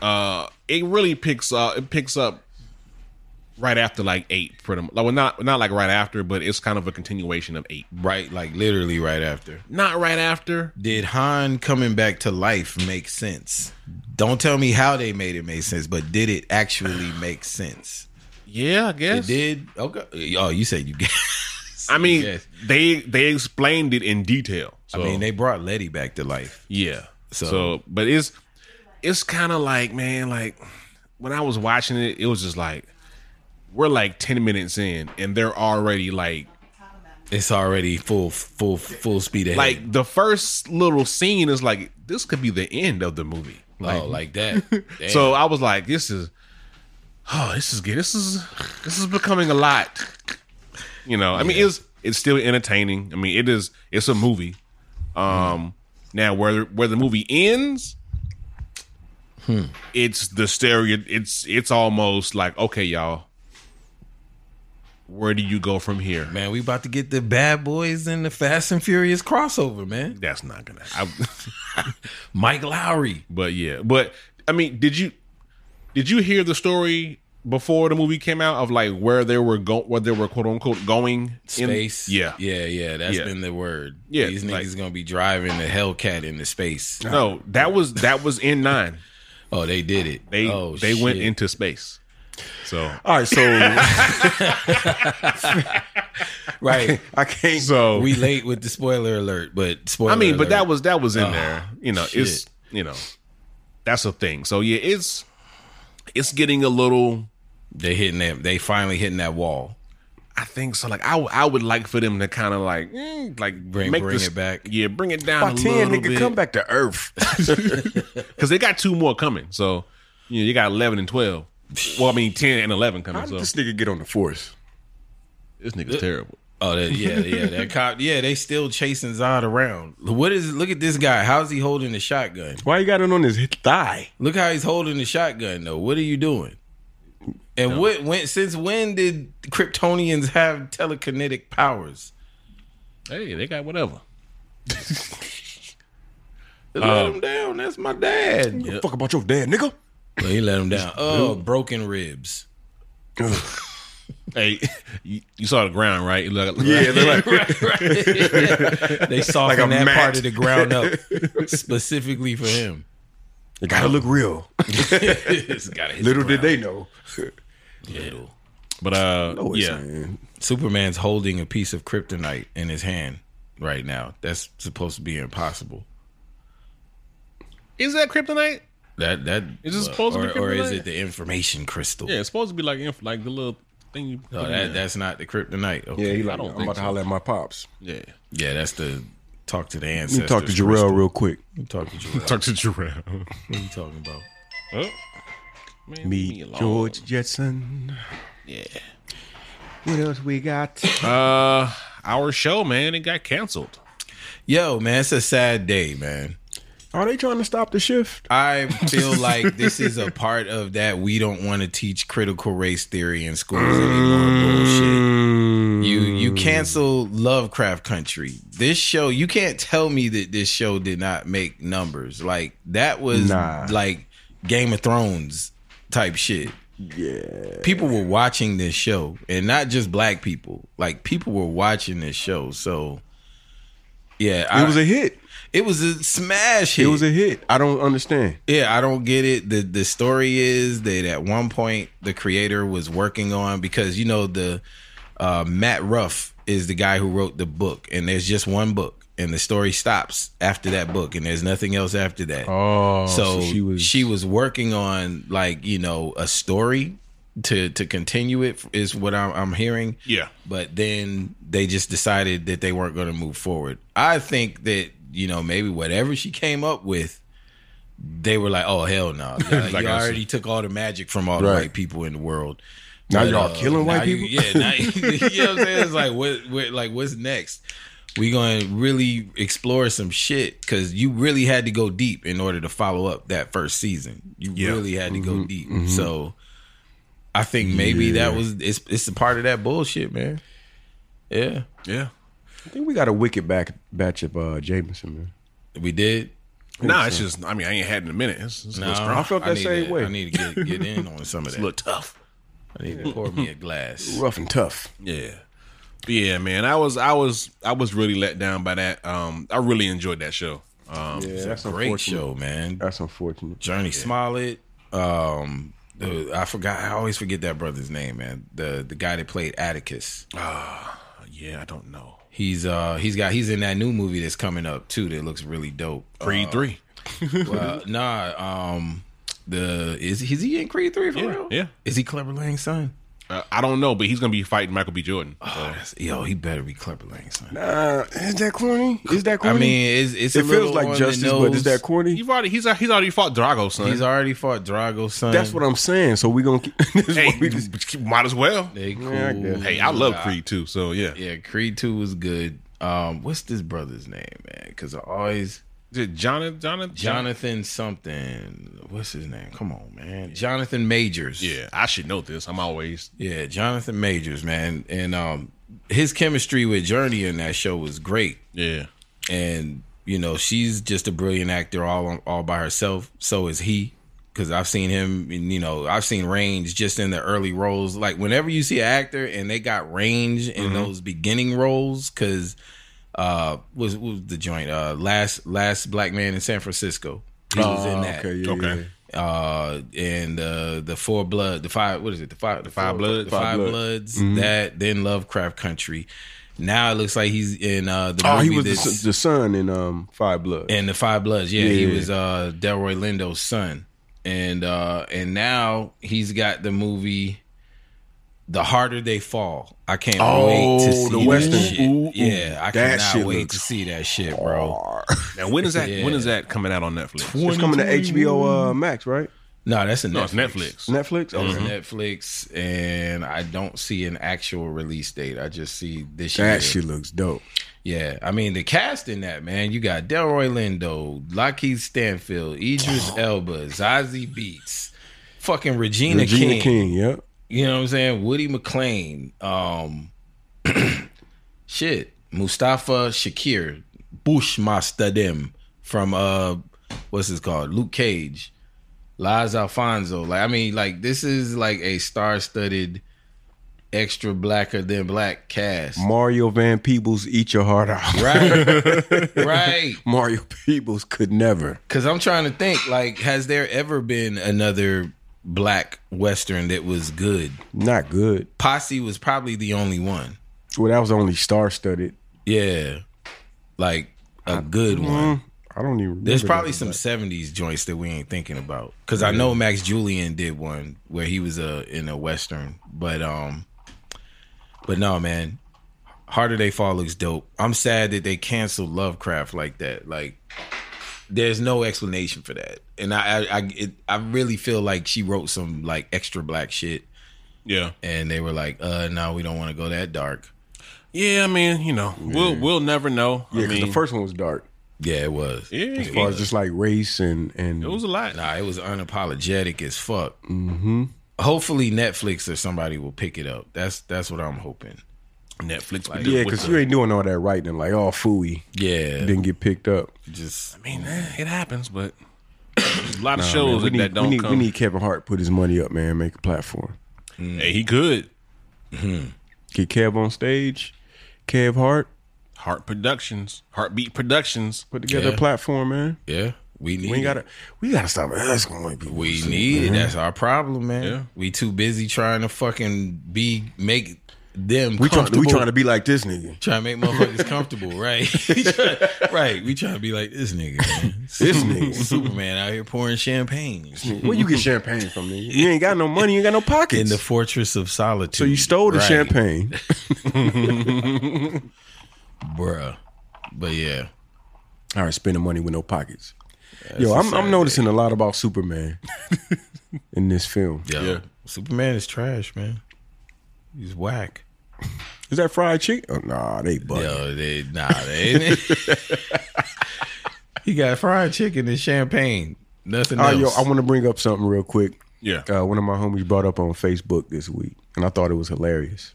C: Uh, it really picks up. It picks up right after like eight, pretty much. Like, well, not not like right after, but it's kind of a continuation of eight.
E: Right, like literally right after.
C: Not right after.
E: Did Han coming back to life make sense? Don't tell me how they made it make sense, but did it actually make sense?
C: Yeah, I
E: It
C: guess.
E: did. Okay. Oh, you said you. Get, [LAUGHS]
C: I mean,
E: Yes.
C: they they explained it in detail. So
E: I mean, they brought Letty back to life.
C: yeah. So,
E: So-
C: but it's it's kind of like man, like when I was watching it, it was just like we're like ten minutes in, and they're already like
E: It's already full, full, full speed ahead.
C: like the first little scene is like this could be the end of the movie.
E: oh, like that. [LAUGHS] Damn.
C: So I was like, this is oh, this is good. This is this is becoming a lot. You know, I mean it's it's still entertaining. I mean it is it's a movie. Um now where where the movie ends it's the stereo it's it's almost like, okay, y'all, where do you go from here?
E: man, we about to get the Bad Boys and the Fast and Furious crossover, man.
C: That's not gonna I,
E: Mike Lowry.
C: But yeah, but I mean, did you did you hear the story before the movie came out of like where they were going, where they were quote unquote going in-
E: space.
C: yeah,
E: yeah, yeah. That's
C: Yeah.
E: been the word.
C: Yeah,
E: these niggas
C: like-
E: gonna be driving the Hellcat into space.
C: No, that was that was in nine.
E: Oh, they did it.
C: They
E: oh,
C: they went
E: shit. Uh,
C: into space. So
B: All right, so
C: [LAUGHS]
E: right.
B: [LAUGHS] I can't.
C: so
E: we late with the spoiler alert, but spoiler.
C: Oh. I mean, but that
E: alert.
C: was that was in there. You know, it's
E: uh, shit.
C: you know that's a thing. So yeah, it's it's getting a little.
E: they hitting that. They finally hitting that wall.
C: I think so. Like I, w- I would like for them to kind of like, mm, like
E: Bring- bring
C: this-
E: it back.
C: Yeah, bring it down
B: By
C: a
B: ten,
C: little
B: nigga,
C: bit.
B: come back to [LAUGHS] Earth.
C: because they got two more coming. So you know, you got eleven and twelve. Well, I mean ten and eleven coming.
B: How did
C: So
B: this
C: this,
B: nigga get on the force?
C: nigga's terrible.
E: Oh that, yeah, yeah. That cop. Yeah, they still chasing Zod around. What is? Look at this guy. How's he holding the shotgun?
B: Why he got it on his thigh?
E: Look how he's holding the shotgun though. What are you doing? And what when since when did Kryptonians have telekinetic powers?
C: Hey, they got whatever.
E: Let him down. That's my dad.
B: What the fuck about your dad, nigga?
E: Well, he let him down. Oh, broken ribs.
C: Hey, [LAUGHS] you, you saw the ground, right? It looked-
B: they're [LAUGHS] like,
E: They softened that
B: mat.
E: part of the ground up specifically for him.
B: it gotta look real.
E: It's gotta hit
B: [LAUGHS] Little did they know.
E: the little.
C: But uh,
B: No, Oh, it's
C: yeah,
B: not.
E: Superman's holding a piece of kryptonite in his hand right now. That's supposed to be impossible.
C: is that kryptonite?
E: That that
C: Is it supposed to
E: or,
C: be
E: or is
C: kryptonite?
E: it the information crystal?
C: Yeah, it's supposed to be like inf- like the little thing you.
E: No,
C: put
E: that,
C: in.
E: that's not the kryptonite. Okay.
B: Yeah, he
C: I
B: like,
C: don't
B: I'm
C: think
B: about to
C: so.
B: holler at my pops.
C: yeah.
E: Yeah, that's the talk to the
B: Let
E: ancestors.
B: me talk to Jarrell real quick.
E: crystal. Talk to Jarrell.
C: Talk to Jarrell.
E: what are you talking about?
C: [LAUGHS] oh. Man, leave
B: Meet
C: alone.
B: George Jetson.
C: Yeah.
B: What else we got?
C: Uh, our show, man, it got canceled.
E: Yo, man, it's a sad day, man.
B: Are they trying to stop the shift?
E: I
B: [LAUGHS]
E: feel like this is a part of that. We don't want to teach critical race theory in schools anymore. Bullshit.
B: Mm,
E: You you cancel Lovecraft Country. This show, you can't tell me that this show did not make numbers. Like that was
B: Nah.
E: like Game of Thrones type shit. Yeah. People were watching this show and not just black people. Like people were watching this show. So yeah,
B: It was a hit.
E: it was a smash hit.
B: It was a hit. I don't understand.
E: Yeah, I don't get it. The the story is that at one point the creator was working on because you know the uh, Matt Ruff is the guy who wrote the book, and there's just one book, and the story stops after that book, and there's nothing else after that.
B: Oh,
E: so,
B: she was.
E: she was working on like you know a story to to continue it is what I'm, I'm hearing.
C: Yeah.
E: But then they just decided that they weren't going to move forward. I think that, you know, maybe whatever she came up with, they were like, oh, hell
C: [LAUGHS]
E: no. Y'all-
C: Like
E: you
C: I said.
E: already took all the magic from all the
B: Right.
E: white people in the world.
B: now
E: But,
B: y'all
E: uh,
B: killing
E: now
B: white
E: you-
B: people.
E: yeah,
B: [LAUGHS]
E: now you, [LAUGHS] you know what I'm saying? It's like what, what like what's next? We gonna really explore some shit because you really had to go deep in order to follow up that first season. You really had to
B: Mm-hmm.
E: go deep. So I think maybe that was it's it's a part of that bullshit, man. Yeah.
C: Yeah.
B: I think we got a wicked back batch of uh, Jameson, man.
E: We did.
C: Nah, it's just. I mean, I ain't had it in a minute. It's, it's a little strong.
B: I felt that
E: need
B: same
E: to-
B: way.
E: I need to get, get in on some
B: [LAUGHS]
E: of
C: It's a little
E: that.
C: tough.
E: I need to pour me a glass.
B: Rough and tough.
C: Yeah. But yeah, man. I was I was I was really let down by that. Um I really enjoyed that show. Um
B: Yeah, that's
E: Great show, man.
B: That's unfortunate.
E: Journey Smollett. Um, the- I forgot. I always forget that brother's name, man. The the guy that played Atticus.
C: yeah, I don't know.
E: He's uh he's got he's in that new movie that's coming up too that looks really dope.
C: Creed three.
E: Uh, nah, um, the is is he in Creed three for
C: Yeah,
E: real?
C: yeah.
E: Is he Clever Lang's son? Oh,
C: Uh, I don't know, but he's gonna be fighting Michael B. Jordan.
E: Uh,
C: So.
E: Yo, he better be Clever Lang's son.
B: Uh, is that corny? Is that
E: I
B: corny?
E: mean, it's it's a
B: it feels
E: little
B: like
E: on the
B: justice, but is
E: nose.
B: that corny?
C: You've already he's he's already fought Drago, son.
E: He's already fought Drago's son.
B: That's what I'm saying. So we gonna keep, [LAUGHS] this is
C: hey,
B: what we just-
C: [LAUGHS] might as well.
E: They cool.
B: Yeah, I guess.
C: Hey, I love Creed too, so yeah.
E: Yeah, Creed two was good. Um, what's this brother's name, man? Because I always
C: Is it Jonathan Jonathan
E: Jonathan something. What's his name? Come on, man. Jonathan Majors.
C: Yeah, I should know this. I'm always
E: Yeah, Jonathan Majors, man. And um his chemistry with Journey in that show was great.
C: Yeah.
E: And you know, she's just a brilliant actor all on, all by herself. So is he. Cause I've seen him, and you know, I've seen range just in the early roles. Like whenever you see an actor and they got range in those beginning roles, cause uh, was was the joint uh last last black man in San Francisco. He was in that
B: Okay, yeah,
C: Okay.
B: yeah.
E: uh and uh the four blood the five what is it the five the five
C: Bloods.
E: the five,
B: Five Blood. Mm-hmm.
E: bloods that then lovecraft country now it looks like he's in uh the
B: Oh, he
E: movie
B: was the,
E: that's-
B: son- the son in um Five Blood.
E: and the Five Bloods. Yeah, he
B: Yeah.
E: was uh Delroy Lindo's son. And uh and now he's got the movie The Harder They Fall. I can't wait to
B: Oh,
E: see
B: the
E: that
B: Western.
E: shit.
B: Ooh, ooh.
E: yeah, I
B: That
E: cannot
B: shit
E: wait
B: looks
E: to see that shit, bro.
C: Now when is that
E: Yeah.
C: when is that coming out on Netflix?
B: it's coming to HBO uh, Max, right?
E: No, that's a
C: No, it's Netflix.
B: Netflix. Okay.
E: It's Netflix, and I don't see an actual release date. I just see this year.
B: That shit looks dope.
E: Yeah, I mean the cast in that man. You got Delroy Lindo, Lockheed Stanfield,
B: [SIGHS]
E: Idris Elba, Zazie Beats, fucking Regina,
B: Regina
E: King,
B: King. Yep.
E: You know what I'm saying? Woody McLean. Um, [CLEARS THROAT] shit, Mustafa Shakir, Bushmaster them from uh, what's this called? Luke Cage, Laz Alfonso. Like I mean, like this is like a star-studded, extra blacker than black cast.
B: Mario Van Peebles, eat your heart out. [LAUGHS]
E: Right, right.
B: Mario Peebles could never.
E: Because I'm trying to think, like, has there ever been another black western that was good.
B: Not good.
E: Posse was probably the only one.
B: Well, that was only star studded.
E: Yeah, like a good one.
B: Mm, I don't even. Remember
E: There's
B: that.
E: probably some '70s joints that we ain't thinking about because I know Max Julian did one where he was uh, in a western, but um, but no man, Harder They Fall looks dope. I'm sad that they canceled Lovecraft like that. Like, there's no explanation for that, and I I I, it, I really feel like she wrote some like extra black shit,
C: Yeah.
E: and they were like, uh, no, we don't want to go that dark.
C: Yeah, I mean, you know, we'll we'll never know.
B: Yeah,
C: I
B: 'cause
C: mean,
B: the first one was dark.
E: Yeah, it was.
C: yeah,
B: As far as just like race and and
C: it was a lot.
E: Nah, it was unapologetic as fuck. Mm-hmm. Hopefully, Netflix or somebody will pick it up. That's that's what I'm hoping.
C: Netflix, like,
B: yeah, because you ain't doing all that right and like oh fooey
E: Yeah,
B: didn't get picked up.
E: just
C: I mean, eh, it happens, but a lot of
B: Man,
C: shows
B: we, need,
C: that don't
B: we, need,
C: come.
B: we need Kevin Hart to put his money up, man. Make a platform.
C: Hey, he could.
B: Get Kev on stage. Kev Hart
C: Heart Productions, Heartbeat Productions.
B: put together
E: Yeah.
B: a platform, man.
E: yeah. We need
B: We ain't
E: it.
B: gotta. Mm-hmm. We gotta stop asking white people.
E: We
B: shit,
E: need it.
B: man.
E: That's our problem, man.
C: Yeah.
E: We too busy trying to fucking be make them.
B: We trying.
E: comfortable.
B: We trying to be like this nigga.
E: Trying to make motherfuckers
B: [LAUGHS]
E: comfortable, right? We try- right. [LAUGHS] We trying to be like this nigga, man.
B: [LAUGHS] This nigga. Mm-hmm.
E: Superman out here pouring champagne
B: Where
E: [LAUGHS]
B: you get champagne from, nigga? You ain't got no money. You ain't got no pockets.
E: in the fortress of solitude.
B: so you stole the
E: Right. [LAUGHS]
B: champagne.
E: bruh. But yeah,
B: All right, spending money with no pockets. Yo, I'm, I'm noticing a lot about
E: [LAUGHS]
B: Superman in this film.
E: yo,
C: Yeah.
E: Superman is trash, man. He's whack.
B: Is that fried chicken? Oh, nah, they bugging.
E: Yo, they nah, they.
B: [LAUGHS]
E: he got fried chicken and champagne. Nothing
B: Oh,
E: else.
B: yo, I want to bring up something real quick.
C: Yeah.
B: Uh, one of my homies brought up on Facebook this week, and I thought it was hilarious.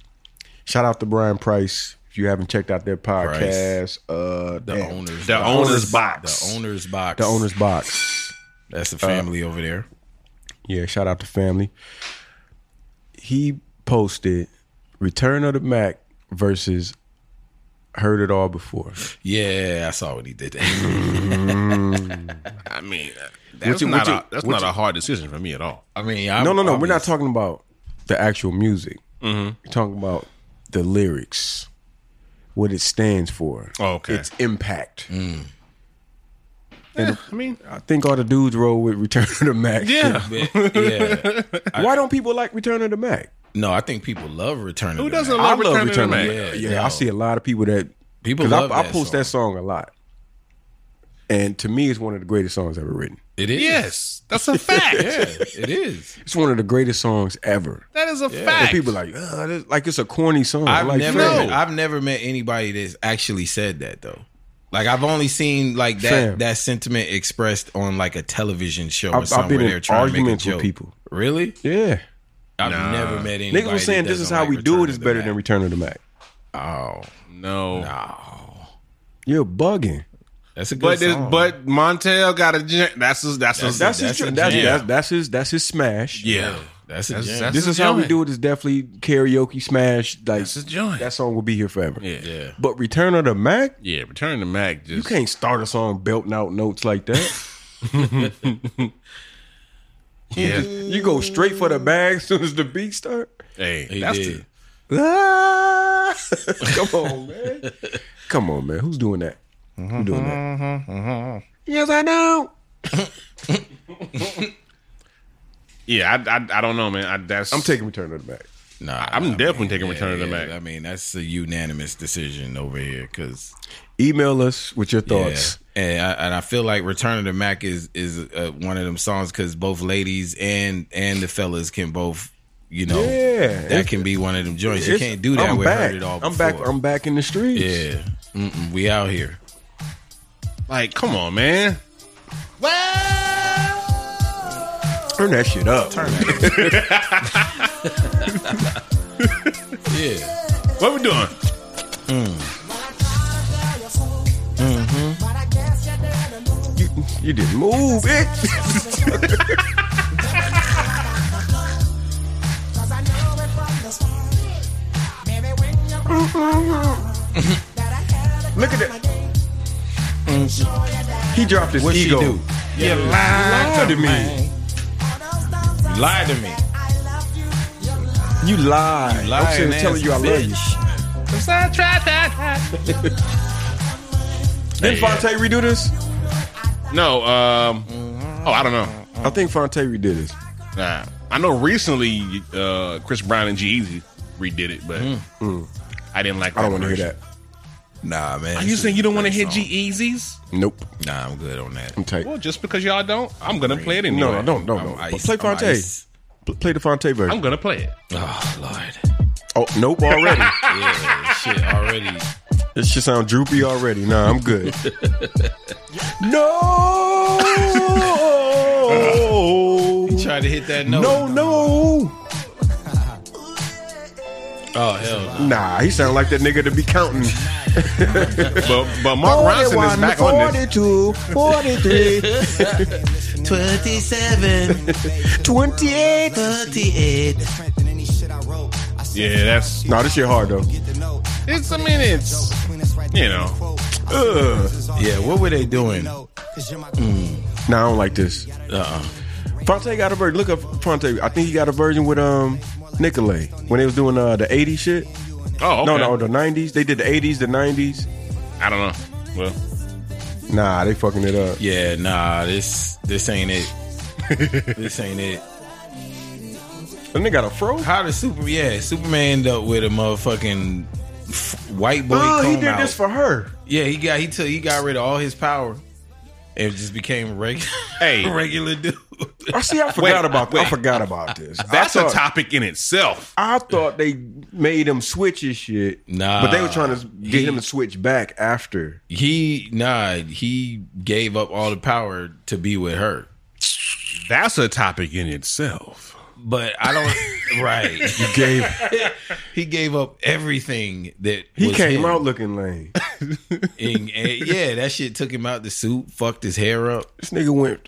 B: Shout out to Brian Price. If you haven't checked out their podcast, uh,
E: the
B: damn,
E: owners,
C: The owner's
E: the
C: box.
E: owner's box,
B: the owner's box.
E: That's the family over there.
B: Yeah, shout out to family. He posted Return of the Mac versus Heard It All Before.
E: Yeah, I saw what he did. there.
C: I mean, uh, that's
B: you- what
C: not
B: you-
C: a, that's
B: what
C: not a hard decision for me at all.
E: I mean, I'm
B: No, no, no. We're not
E: obvious-
B: talking about the actual music.
C: Mm-hmm.
B: We're talking about the lyrics, what it stands for,
C: Oh, okay.
B: its impact.
E: Mm.
C: I mean,
B: I think all the dudes roll with Return of the Mac.
C: yeah.
E: yeah,
B: [LAUGHS] Why don't people like Return of the Mac?
E: no, I think people love returning. to
C: Who
E: Mac.
C: doesn't
B: I
C: love
B: love
C: Return,
B: Return of the
C: Mac?
B: Mac.
E: Yeah,
B: Yeah, I
E: no.
B: see a lot of people that
E: People
B: 'cause
E: love
B: I, I
E: that
B: post that song a lot, and to me, it's one of the greatest songs ever written.
E: It is.
C: Yes,
B: [LAUGHS]
C: that's a fact.
E: Yeah, it is.
B: It's one of the greatest songs ever.
C: That is a fact.
B: And people like, "Ugh, this, like it's a corny song.
E: I've
B: like,
E: never,
B: fam,
E: I've never met anybody that's actually said that though. Like I've only seen like that
B: Fam.
E: that sentiment expressed on like a television show or
B: I've, I've
E: somewhere.
B: been
E: They're
B: in
E: trying to make a
B: arguments
E: joke.
B: with people.
E: Really?
B: Yeah,
E: I've never met anybody.
B: niggas was saying
E: that
B: this is
E: doesn't
B: how
E: like
B: we do
E: Return
B: it is
E: of the
B: better
E: Mac.
B: than Return of the Mac.
E: Oh,
C: no,
B: You're bugging.
E: that's a good
C: but there's,
E: song.
C: but Montel got a. gen- That's his. That's his.
B: That's, his.
E: that's a
B: That's, that's,
E: jam.
B: that's, his. That's his smash.
C: yeah.
E: that's a
C: That's-
E: jam.
C: that's-
B: This is how we
C: joint.
B: do it. Is definitely karaoke smash. Like
C: That's his joint.
B: That song will be here forever.
C: Yeah.
E: yeah.
B: But Return of the Mac,
C: Yeah, Return to Mac just
B: you can't start a song belting out notes like that.
C: Yeah.
B: you go straight for the bag as soon as the beat start. [LAUGHS]
C: hey,
E: He
C: that's
E: did.
C: the,
B: Ah! Come on, man. Come on, man. Who's doing that? Who doing that? mm-hmm. Yes, I know.
C: yeah. I, I I don't know, man. I, that's
B: I'm taking Return of the Mac.
E: Nah,
C: I'm definitely taking Return of the Mac.
E: I mean, that's a unanimous decision over here because
B: Email us with your
E: yeah.
B: thoughts.
E: And I, and I feel like Return of the Mac is is uh, one of them songs because both ladies and and the fellas can both, you know,
B: Yeah.
E: that can be one of them joints. You
B: It's-
E: can't do that.
B: I'm
E: we
B: back.
E: heard it all. Before.
B: I'm back. I'm back in the streets.
E: yeah. Mm-mm, we out here.
C: like, come on, man.
B: Turn that shit up.
E: Yeah,
C: What we doing?
B: You, you didn't move it. Look at that. He dropped his ego.
E: do?
B: Lie to me.
E: Lied to me.
B: You lie. I'm
E: lying
B: sitting here telling you I love you. [LAUGHS]
E: ass
B: Did Fonte redo this?
C: No, um, oh, I don't know.
B: I think Fonte redid this.
C: Nah, I know recently uh, Chris Brown and G-Eazy redid it, but I didn't like.
B: Hmm. I don't want to
C: version.
B: hear that.
E: Nah, man.
C: Are you saying you don't want to hit
E: G?
C: G-Eazy's?
B: Nope.
E: Nah, I'm good on that.
B: I'm tight.
C: Well, just because y'all don't, I'm gonna play it anyway.
B: No, no, don't, don't,
E: I'm
B: don't.
E: ice,
B: Play
E: I'm
B: Fonte.
E: ice.
B: Pl- Play the Fonte version.
C: I'm gonna play it.
E: Oh Lord.
B: oh, nope, already.
E: [LAUGHS] Yeah, shit already.
B: this shit sound droopy already. Nah, I'm
E: [LAUGHS]
B: good. no.
E: Try to hit that note.
B: No, no.
E: Oh hell.
B: Nah, he sound like that nigga to be counting.
C: But
B: Oh,
C: but Mark Ronson is back on this.
B: 42, 43,
I: 27,
E: [LAUGHS]
B: 28.
I: 38.
C: Yeah, that's
B: Nah, this shit hard though.
C: it's a minute. You know,
E: Yeah, what were they doing?
B: Nah, I don't like this.
E: Uh-uh.
B: Fonte got a version. Look up Fonte. I think he got a version with um Nicolay when they was doing uh, the 80s shit.
C: oh okay.
B: No, no, the 90s. They did the 80s, the 90s.
C: I don't know. Well,
B: Nah, they fucking it up.
E: Yeah, nah, this this ain't it. [LAUGHS] this ain't it.
B: And they got a fro.
E: How did Super? Yeah, Superman end up with a motherfucking f- white boy.
B: Oh, he
E: comb
B: did
E: out.
B: this for her.
E: Yeah, he got he took he got rid of all his power. and just became regular. [LAUGHS]
C: Hey.
E: regular dude.
B: I see.
E: [LAUGHS]
B: I forgot about. I forgot about this.
C: that's
B: I
C: a
B: thought,
C: topic in itself.
B: I thought they made him switch his shit.
E: Nah.
B: but they were trying to get
E: He-
B: him to switch back after.
E: He nah, he gave up all the power to be with her.
C: That's a topic in itself.
E: But I
B: [LAUGHS]
E: don't right.
B: Gave
E: [LAUGHS] He gave up everything that
B: he
E: was
B: came
E: him.
B: out looking
E: [LAUGHS]
B: lame.
E: And- and yeah, that shit took him out the suit, fucked his hair up.
B: This nigga went.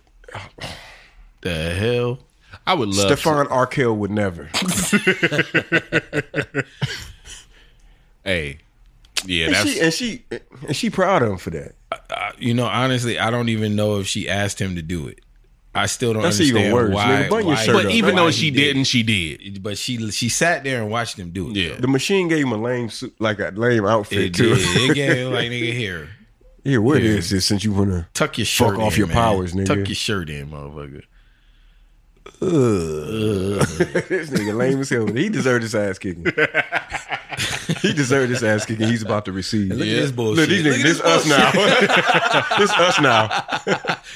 E: The hell?
C: I would love.
B: Stefan Arkell would never.
C: Hey, yeah,
B: And
C: that's
B: she and she and she proud of him for that.
E: I- you know, honestly, I don't even know if she asked him to do it. I still don't
B: That's
E: understand
B: even worse,
E: why.
B: nigga. Button your
E: why-
B: shirt
C: But
B: up.
C: even though
E: why
C: she
E: he did
C: didn't, she did.
E: it. but she she sat there and watched him do it.
C: Yeah.
B: The machine gave him a lame suit, like a lame outfit
E: it
B: too.
E: did.
B: [LAUGHS]
E: It gave [LAUGHS] like nigga here,
B: Here, what is this? Since you wanna
E: tuck your shirt.
B: Fuck off
E: in,
B: your
E: man.
B: powers, nigga.
E: Tuck your shirt in, motherfucker.
B: This nigga lame as hell. He deserved his ass [LAUGHS] kicking. he deserved his ass kicking. He's about to receive.
E: Look at this bullshit.
B: Look, these
E: Look
B: niggas,
E: at
B: this, us now. [LAUGHS] this us now.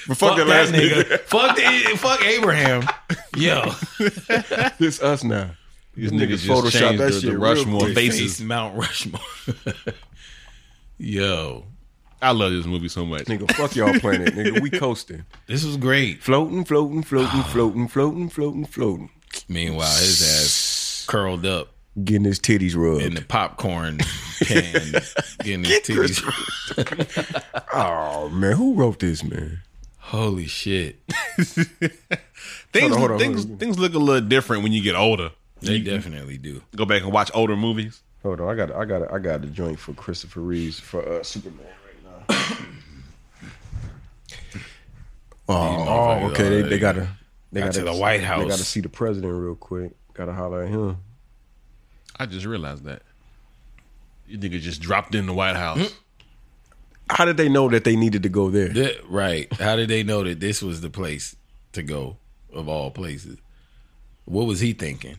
B: But fuck, that
E: that
B: last nigga.
E: fuck the, fuck [LAUGHS] Abraham. Yo,
B: This us now. These
C: niggas just changed the- the Rushmore
B: quick.
C: face.
E: faces Mount Rushmore. [LAUGHS] Yo,
C: I love this movie so much.
B: Nigga, fuck y'all planet. Nigga, we coasting.
E: this was great.
B: Floating, floating, floating, floating, floating, floating, floating.
E: Meanwhile, his ass curled up
B: Getting his titties rubbed.
E: in the popcorn
B: [LAUGHS]
E: pan, getting his titties.
B: oh man, who wrote this man?
E: Holy shit!
C: Things
B: Hold on, hold on,
C: things
B: hold on.
C: things look a little different when you get older.
E: They definitely do.
C: Go back and watch older movies.
B: Hold on, I got, I got, I got the joint for Christopher Reeves for uh, Superman right now. oh,
E: motherfuckers
B: okay. They,
E: already
B: they gotta, they
E: uh, got
B: gotta
E: to the White
B: They gotta
E: House.
B: see the president real quick. Gotta holler at him.
C: I just realized that. Mm. You nigga just dropped in the White House.
B: How did they know that they needed to go there?
E: Th- right? How did they know that this was the place to go of all places? What was he thinking?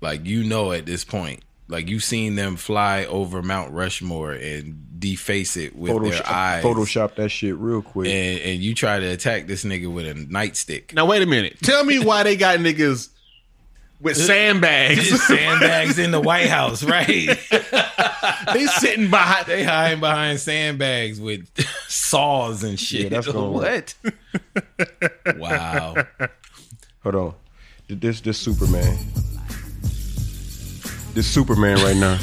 E: Like you know, at this point, like you seen them fly over Mount Rushmore and deface it with
B: Photoshop,
E: their eyes,
B: Photoshop that shit real quick.
E: and and you try to attack this nigga with a [LAUGHS] nightstick.
C: Now wait a minute. Tell me why they got niggas [LAUGHS] with sandbags.
E: Sandbags in the White House, [LAUGHS] right?
C: they sitting behind.
E: They hiding behind sandbags with [LAUGHS] saws and shit.
B: Yeah,
E: [LAUGHS]
B: that's gonna
E: what? [LAUGHS] wow.
B: Hold on, this this Superman, this Superman right
E: [LAUGHS]
B: now.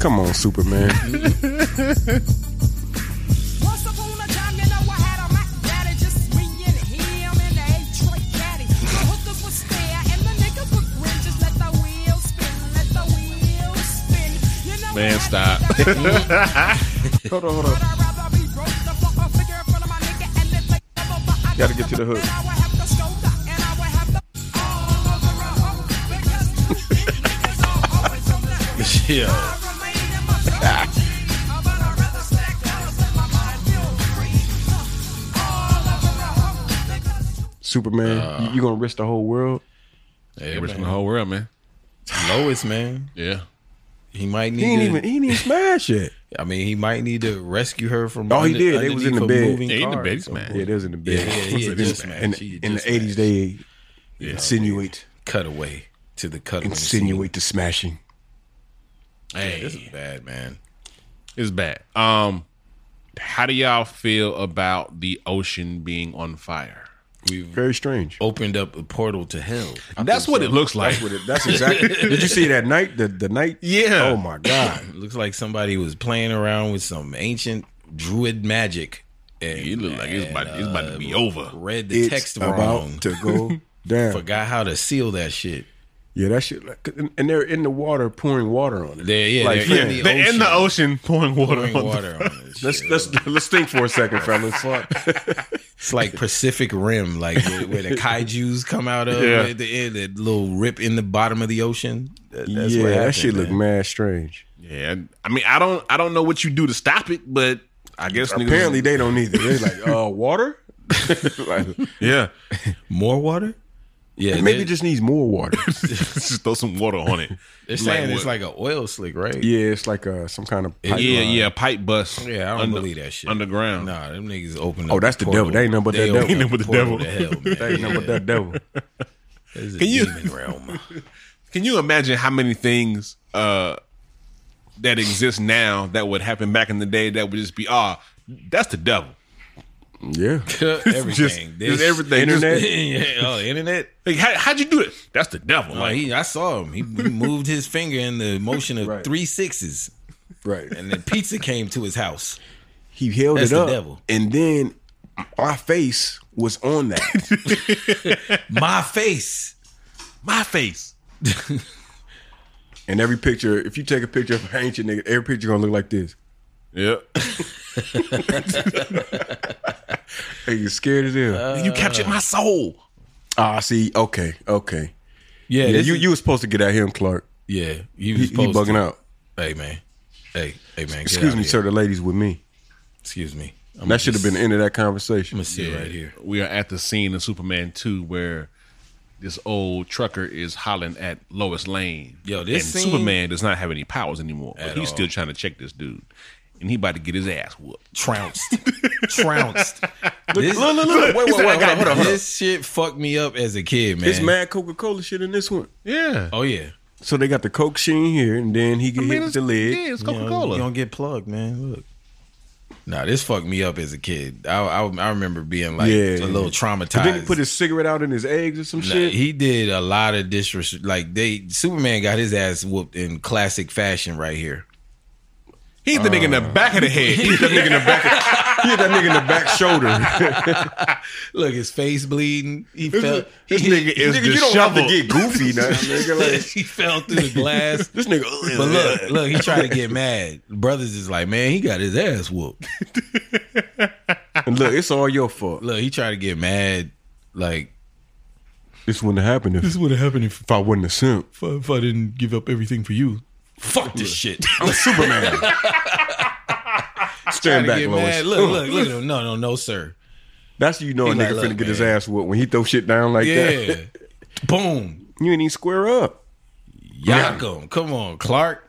B: Come on,
E: [LAUGHS]
B: Superman.
J: Once upon a time, you know I had a Mac daddy, just me and him and a eight-tray caddy. The hookers would stare and the niggas would grin, just let the wheels spin, let the wheels spin.
C: Man, stop.
B: Hold on, hold on.
J: Gotta get to the hook.
E: Yeah.
B: Superman,
E: Uh,
B: you, you gonna risk the whole world?
C: Hey, rich from the whole world, man.
E: Lois, man.
C: Yeah.
E: He might need
B: He ain't
E: to,
B: even he ain't even
E: [LAUGHS]
B: smash it.
E: I mean, he might need to rescue her from
B: Oh, he did. They was in the bed.
C: Yeah, he in the bed. He's mad.
B: Yeah, that was in the
E: Yeah,
B: bed.
C: [LAUGHS]
E: yeah, he had just smashed.
B: in,
E: She had
B: in
E: just
B: the eighties,
E: smashed.
B: they insinuate
E: cut away to the cut
B: insinuate the smashing.
E: Hey, this is bad, man.
C: It's bad. Um, how do y'all feel about the ocean being on fire?
E: We've
B: Very strange.
E: opened up a portal to hell.
C: That's what it looks like.
B: That's what it, that's [LAUGHS] exactly. Did you see that night? The the night.
C: Yeah.
B: Oh my god.
E: It looks like somebody was playing around with some ancient druid magic. And
C: [LAUGHS] It looked like it's about, it's about to be over.
E: read the
B: It's
E: text
B: about
E: wrong.
B: to [LAUGHS] go down.
E: Forgot how to seal that shit.
B: Yeah, that shit. Like, and- and they're in the water pouring water on it.
E: They're, yeah,
B: Like,
E: they're
B: yeah.
E: in the
C: They're
E: ocean,
C: in the ocean pouring water
B: [LAUGHS]
E: pouring
C: on the-
E: water on it.
B: Let's
E: Shit.
B: let's let's think for a second, [LAUGHS] fellas.
E: It's like Pacific Rim, like where, where
B: [LAUGHS]
E: the kaiju's come out of
C: Yeah.
E: at the end, that little rip in the bottom of the ocean. That- that's
B: yeah,
E: what happened,
B: that shit look
E: man.
B: mad strange.
C: Yeah, I mean, I don't, I don't know what you do to stop it, but I guess niggas-
B: Apparently, [LAUGHS] they don't either. They're like, uh, water. Like,
C: yeah, [LAUGHS]
E: More water? Yeah,
B: maybe
E: they-
B: it just needs more [LAUGHS] water.
C: just throw some water on it.
E: they're saying
C: like
E: it's like
C: what-
E: an oil slick, right?
B: yeah, it's like uh, some kind of pipeline.
C: yeah, yeah, pipe bust.
E: Yeah, I don't believe that shit.
C: underground.
E: Nah, them niggas open.
B: Oh,
E: up
B: that's the devil.
E: portal.
B: They ain't nothing but
E: They
B: that devil.
E: open
C: Ain't nothing but the
E: portal
C: devil.
E: to hell, man.
B: You know what that [LAUGHS] devil?
E: This is a
C: Can you-
E: demon
B: [LAUGHS]
E: realm?
C: Can you imagine how many things uh, that exist now that would happen back in the day that would just be ah, that's the devil.
B: Yeah,
E: everything.
C: Just,
E: This-
C: just everything.
B: internet.
E: [LAUGHS]
C: Just-
E: yeah, oh, the internet.
C: [LAUGHS] like, how, how'd you do it? That's the devil.
E: Oh,
C: like,
E: he, I saw him. He moved his finger in the motion of
B: Right.
E: three sixes,
B: right.
E: and then pizza came to his house.
B: he held
E: That's
B: it
E: the
B: up,
E: devil.
B: and then my face was on that.
E: My face.
C: my face.
B: and every picture, if you take a picture of an ancient nigga, every picture gonna look like this.
C: [LAUGHS] Yep.
B: Hey, you scared as hell.
C: you captured my soul.
B: ah, see, okay, okay.
E: Yeah,
B: Yeah,
E: this
B: you
E: is-
B: you were supposed to get at him, Clark.
E: Yeah, you
B: He,
E: was
B: he
E: supposed
B: bugging
E: to-
B: out.
E: Hey man, hey, hey man. get
B: Excuse
E: out
B: me,
E: of
B: sir.
E: here.
B: The ladies with me.
E: Excuse me. I'm
B: that should have been the end of that conversation.
E: gonna sit right here.
C: We are at the scene in Superman 2 where this old trucker is hollering at Lois Lane.
E: Yo, this
C: and
E: scene-
C: Superman does not have any powers anymore, but
E: At
C: he's
E: all.
C: still trying to check this dude. And he about to get his ass whooped.
E: trounced, trounced. This, [LAUGHS]
B: look, wait, wait, wait, hold on, hold on.
E: this shit fucked me up as a kid, man.
B: It's mad Coca Cola shit in this one.
C: Yeah.
E: Oh yeah,
B: So they got the Coke sheen here, and then he get hit with the lid.
C: Yeah, it's
E: You
C: Coca
E: know,
C: Cola.
E: You don't get plugged, man. Look. Nah, this fucked me up as a kid. I I, I remember being like
B: Yeah.
E: a little traumatized.
B: But then he put his cigarette out in his eggs or some
E: Nah,
B: shit.
E: he did a lot of disrespect. Like they, Superman got his ass whooped in classic fashion right here. Uh.
C: He hit the nigga in the back of the head.
B: that nigga in the back. he hit that nigga in the back [LAUGHS] shoulder.
E: [LAUGHS] Look, his face bleeding. He fell.
C: this nigga is
B: nigga, you don't have to get
C: disheveled.
B: goofy now, nigga.
E: [LAUGHS]
B: Like,
E: he fell through the glass.
B: [LAUGHS] this nigga.
E: But look, look, he tried to
B: [LAUGHS]
E: get mad. Brothers is like, man, he got his ass whooped.
B: and look, it's all your fault.
E: Look, he tried to get mad. Like,
B: This wouldn't have happened if,
E: this would have happened if,
B: if I wasn't a simp.
E: if, I didn't give up everything for you. Fuck this shit. [LAUGHS]
B: I'm Superman.
E: Trying
B: Stand
E: to
B: back,
E: get
B: Lois.
E: mad. Look, look,
B: [LAUGHS]
E: look at him. No, no, no, sir.
B: That's you know a
E: He like,
B: nigga
E: look,
B: finna get his
E: man.
B: ass whooped when he throw shit down like
E: Yeah.
B: that.
E: Boom.
B: You ain't even square up.
E: Yakum. Come on, Clark.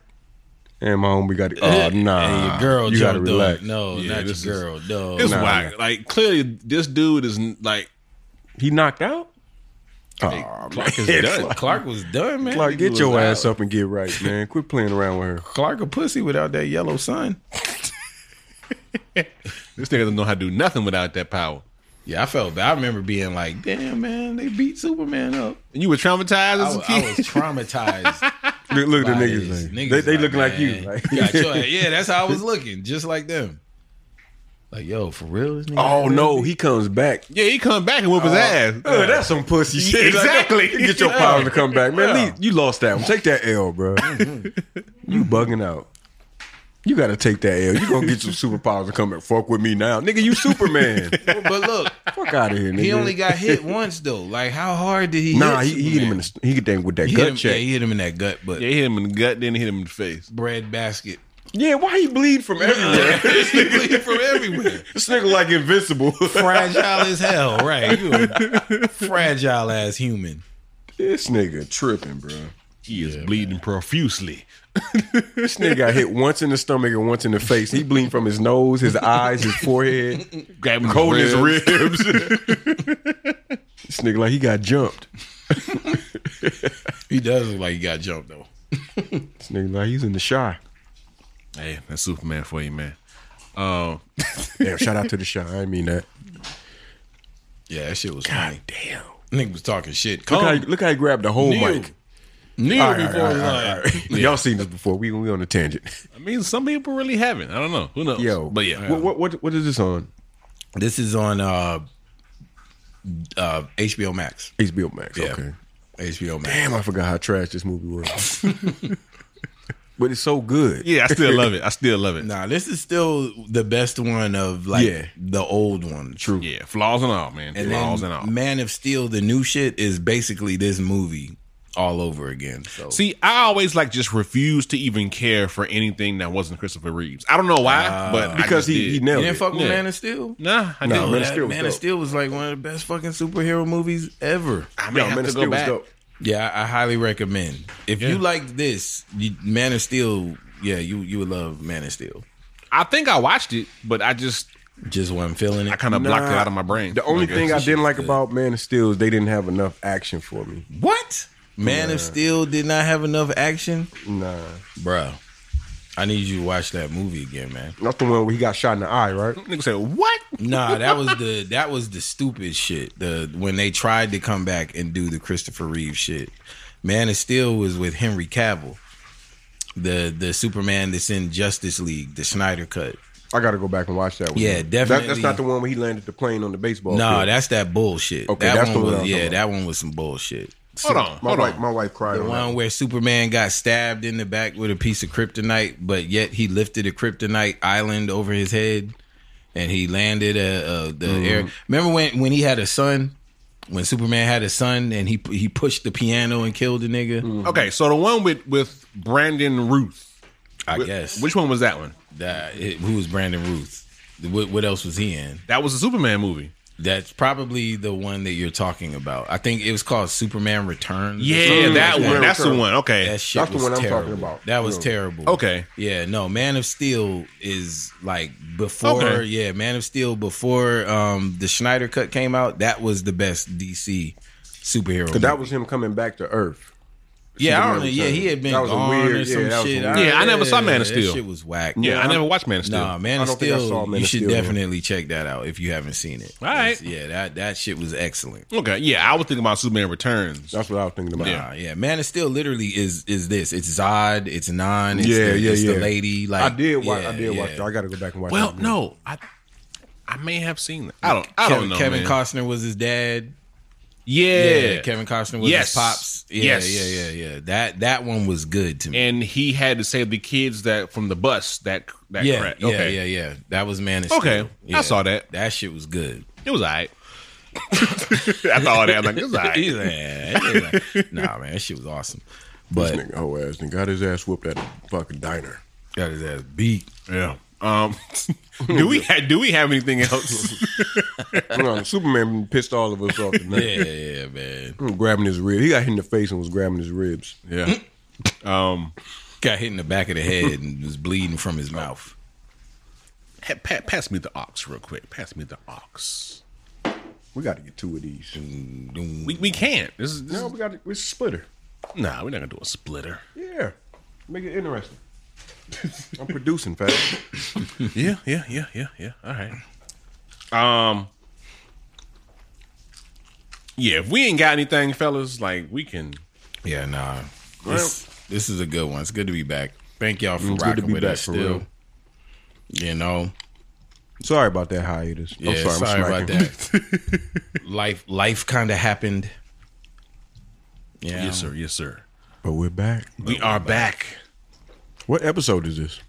B: And my homie got it. Oh
E: And
B: nah.
E: your girl
B: you gotta
E: jumped
B: relax.
E: on. No,
C: Yeah,
E: not
C: this
E: your girl.
B: [LAUGHS]
E: no.
C: It's
B: Nah,
C: whack. Like clearly, this dude is like
B: He knocked out. Oh,
C: Clark
B: [LAUGHS]
C: is
B: man.
C: done.
E: Clark was done, man.
B: Clark,
E: He
B: get your
E: was
B: ass
E: out.
B: up and get right, man. Quit playing around with her.
E: Clark a pussy without that yellow sun.
C: this nigga doesn't know how to do nothing without that power.
E: Yeah, I felt bad. I remember being like, damn, man, they beat Superman up.
C: And you were traumatized
E: I
C: as a
E: was,
C: kid.
E: I
B: [LAUGHS]
E: was traumatized.
B: Look, look at the
E: by
B: niggas.
E: this.
B: Like,
E: Niggas
B: they they
E: like,
B: looking like you.
E: man,
B: Like, [LAUGHS]
E: got your ass- yeah, that's how I was looking, just like them. Like, yo, for real? This nigga
B: oh no, he comes back.
C: yeah, he come back and whoop his ass.
B: Uh, that's some pussy shit.
C: Exactly.
B: Like, get
E: Mm-hmm.
B: your power to come back, man. Lee, you lost that one. Take that L, bro. you bugging out. You gotta take that L. You gonna get some superpowers and come and fuck with me now, nigga. You Superman.
E: But look,
B: fuck out of here, nigga.
E: he only got hit once though. Like how hard did he?
B: Nah,
E: hit
B: he, he hit him in
E: Superman?
B: the he hit them with that
E: He hit
B: gut
E: him-
B: check.
E: Yeah, he hit him in that gut, but
C: [LAUGHS] Yeah, hit him in the gut, then hit him in the face.
E: bread basket.
B: yeah, why he bleed
E: [LAUGHS]
B: from everywhere?
E: He bleed from
B: [LAUGHS]
E: everywhere.
B: this nigga like invincible.
E: Fragile as hell, right? You a fragile as human.
B: this nigga tripping, bro.
C: He is bleeding profusely.
B: This nigga got hit once in the stomach and once in the face. He bleeding from his nose, his eyes, his forehead,
C: Grab him
B: cold in
C: his
B: his [LAUGHS]
C: rib.
B: ribs. this nigga like he got jumped.
E: He does look like he got jumped though.
B: This nigga like he's in the shy.
C: Hey, that's Superman for you, man. Uh,
B: Damn, shout out to the shy. I didn't mean that.
E: Yeah, that shit was funny.
B: Damn.
E: Nigga was talking shit.
B: Look how,
E: Come,
B: he, look how he grabbed the whole
E: Um, Neil.
B: mic.
E: kneel
B: All right,
E: before
B: all right,
E: the
B: all right,
E: line.
B: all right. Y'all seen this before. We we on a tangent.
C: I mean, some people really haven't. I don't know. Who knows?
B: Yo,
C: but yeah,
B: what, what what what is this on
E: This is on uh, uh, HBO Max.
B: HBO Max?
E: Yeah.
B: Okay.
E: HBO Max.
B: Damn, I forgot how trash this movie was. [LAUGHS] but it's so good.
C: yeah, I still love it. I still love it.
E: [LAUGHS] Nah, this is still the best one of like
B: Yeah.
E: the old one. True.
C: Yeah, flaws and all, man.
E: And
C: flaws
E: then
C: and all.
E: Man of Steel, the new shit is basically this movie all over again. So
C: See, I always like just refuse to even care for anything that wasn't Christopher Reeves. I don't know why, but I
B: Because
C: just
B: he,
C: did.
B: he nailed
E: you didn't
B: it.
E: fuck with
C: Yeah.
E: Man of Steel?
C: nah, I
B: Nah,
C: didn't.
B: Man
E: Man,
B: of Steel was
E: of
B: dope.
E: Steel was like one of the best fucking superhero movies ever.
C: I may
B: Yo,
C: have
B: Man
C: to
B: of
C: go
B: Steel was
C: back.
B: dope.
E: Yeah, I, I highly recommend. If you like this, you, Man of Steel, yeah, you you would love Man of Steel.
C: I think I watched it, but I just
E: Just wasn't feeling it.
C: I kind of blocked it
B: Nah,
C: out of my brain.
B: The only
C: Like,
B: thing I
C: it's-
B: didn't like about Man of Steel is they didn't have enough action for me.
E: what? Man of Steel did not have enough action,
B: Nah.
E: Bruh, I need you to watch that movie again, man.
B: That's the one where he got shot in the eye, right?
C: nigga said what?
E: Nah, that was the that was the stupid shit. The when they tried to come back and do the Christopher Reeve shit. Man of Steel was with Henry Cavill, the the Superman that's in Justice League, the Snyder cut.
B: I got to go back and watch that one.
E: Yeah,
B: That- that's
E: definitely.
B: not the one where he landed the plane on the baseball.
E: No,
B: field.
E: that's that bullshit.
B: Okay,
E: that
B: that's the
E: one
B: one
E: was,
B: I'm
E: yeah,
B: talking
E: that one was some bullshit.
C: Hold on,
B: my
C: hold
B: wife.
C: on.
B: My wife cried.
E: The
B: on
E: one
B: that.
E: where Superman got stabbed in the back with a piece of kryptonite, but yet he lifted a kryptonite island over his head and he landed a, a the air. Remember when when he had a son? When Superman had a son and he he pushed the piano and killed the nigga?
C: Okay, so the one with with Brandon Ruth.
E: I
C: Wh-
E: guess.
C: Which one was that one?
E: that it- who was Brandon Ruth? What, what else was he in?
C: That was a Superman movie.
E: That's probably the one that you're talking about. I think it was called Superman Returns. or
C: Yeah,
E: something
C: that
E: like
C: one. That's the
B: Return.
C: one. Okay.
E: That shit
B: That's the
E: was
B: one I'm
E: terrible.
B: talking about.
E: That was
B: Yeah.
E: terrible.
C: Okay.
E: Yeah, no, Man of Steel is like before
C: Okay.
E: yeah, Man of Steel before um the Schneider cut came out, that was the best DC superhero.
B: That
E: movie.
B: was him coming back to Earth.
E: yeah, I don't know.
B: Superman
E: Yeah, he had been
B: Returns. That was a
E: gone
B: weird-
E: or some
B: yeah, that was a
E: shit.
B: weird-
C: Yeah, I never saw Man of
E: that
C: Steel.
E: shit was whack.
C: yeah, I
B: I'm-
C: never watched Man of Steel.
E: Nah, Man
B: I
E: of
B: don't think I saw
E: Steel,
B: Man
E: you
B: of
E: should
B: Steel, man.
E: definitely check that out if you haven't seen it.
C: All right.
E: It's- Yeah, that that shit was excellent.
C: Okay, yeah, I was thinking about Superman Returns.
B: That's what I was thinking about.
E: Nah, yeah, Man of Steel literally is is this. It's Zod, it's Nine, it's,
B: Yeah,
E: the,
B: yeah,
E: it's
B: yeah.
E: the lady. Like
B: I did watch.
E: yeah,
B: I did watch.
E: yeah.
B: That. I got to go back and watch.
C: Well,
B: that.
C: no, I I may have seen that. I don't. I
E: Kevin,
C: don't know.
E: Kevin
C: man.
E: Costner was his dad.
C: Yeah.
E: Kevin Costner was
C: Yes.
E: his pops. Yeah,
C: Yes.
E: yeah, yeah, yeah. That that one was good to me.
C: and he had to save the kids that from the bus that that
E: yeah,
C: cracked.
E: yeah,
C: Okay,
E: yeah, yeah. That was Man of
C: Okay.
E: Steel.
C: I
E: Yeah.
C: saw that.
E: That shit was
C: [LAUGHS]
E: good.
C: it was alright. After all that, I'm like, it was [LAUGHS] alright.
E: Yeah, yeah, yeah. [LAUGHS] nah, man, that shit was awesome.
B: This
E: But
B: nigga whole ass and got his ass whooped at a fucking diner.
E: got his ass beat.
C: Yeah. Um, [LAUGHS] do we ha- do we have anything else?
B: no, Superman pissed all of us
E: [LAUGHS]
B: off
E: Yeah,
B: tonight.
E: yeah, yeah, man.
B: Grabbing his rib. He got hit in the face and was grabbing his ribs.
C: [LAUGHS] yeah. Um,
E: Got hit in the back of the head and was bleeding from his mouth.
C: pa- pa- pass me the ox real quick. Pass me the ox.
B: We got to get two of these.
C: We we can't. This is, this
B: No,
C: is
B: we got to. It's a splitter.
C: nah. We're not gonna do a splitter.
B: Yeah, make it interesting. [LAUGHS] I'm producing, fast.
C: Yeah, yeah, yeah, yeah, yeah. All right. Um. Yeah, if we ain't got anything, fellas, like we can.
E: Yeah, nah. This, this is a good one. It's good to be back. Thank y'all for
B: It's good to
E: rocking
B: be
E: with
B: back,
E: us
B: for
E: still.
B: real.
E: You know,
B: Sorry about that hiatus.
E: Yeah,
B: I'm sorry.
E: sorry
B: I'm
E: about
B: smacking.
E: that. [LAUGHS] life, life kind of happened. Yeah,
C: Yes, sir. Yes, sir.
B: But we're back.
C: We are back.
B: What episode is this?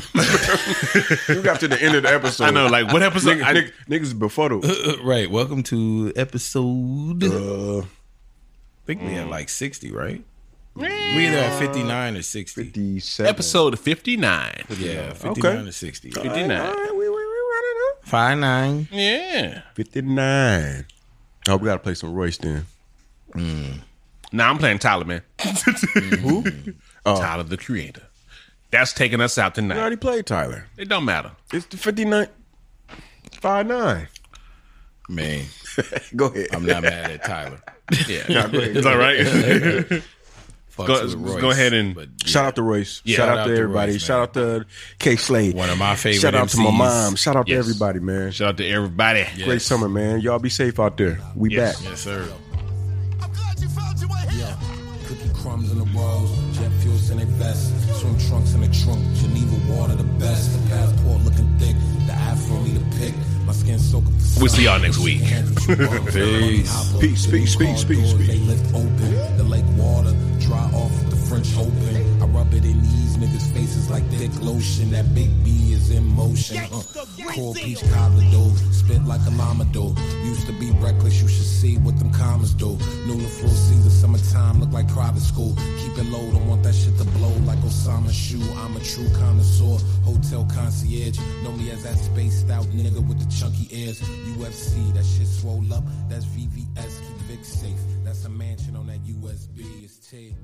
B: [LAUGHS] You got to the end of the episode.
C: I know, like what [LAUGHS] episode?
B: Nigga-
C: I,
B: nigga- niggas befuddled.
E: Uh, right. Welcome to episode.
B: Uh, mm.
E: I think we had like 60, right? We either at 59 or 60.
B: Fifty-seven.
C: episode fifty nine.
E: Yeah, 59
B: Okay.
E: or 60.
C: Fifty
B: All
C: nine.
B: right, we, we, we running up.
E: 5 9.
C: Yeah.
B: Fifty-nine. Oh, we gotta play some Royce then.
C: Now I'm playing Tyler, man. Who? Tyler the Creator. That's taking us out
B: We
C: tonight.
B: already played Tyler.
C: It don't matter.
B: It's the fifty-nine. Five nine.
E: Man,
B: Go ahead.
E: I'm not mad at Tyler.
C: Yeah. it's all right.
E: Fucks
C: Go-
E: with Royce,
C: go ahead and-
E: but
B: [LAUGHS] Shout out to Royce. shout, out, to
E: Royce,
B: everybody.
E: man.
B: shout out to K Slade.
E: One of my favorite
B: Shout out to my
E: MCs.
B: mom. Shout out to
C: Yes.
B: everybody, man.
C: Shout out to everybody.
B: Great
E: Yes.
B: summer, man. Y'all be safe out there. We
C: Yes.
B: back.
E: Yes, sir.
D: I'm glad you found your way here.
F: Cookie crumbs in the rolls, jet fuels in their vest, swim trunks in the trunk, Geneva water the best, the passport looking thick, the afro need a pick, my skin soak up the
C: We'll see y'all next week.
F: peace.
B: Peace, peace, peace, peace, peace.
F: They lift open the lake water, dry off the French open. I rub it in these niggas' faces like thick lotion. That big B is in motion. Uh, cold peach cobbler dough, spit like a llama dough. Used to be reckless, you should see what them commas do. New the full season, summertime look like private school. Keep it low, don't want that shit to blow like Osama shoe. I'm a true connoisseur, hotel concierge. Know me as that spaced out nigga with the chunky ears. UFC, that shit swole up. That's VVS, keep Vic safe. That's a mansion on that USB. It's T.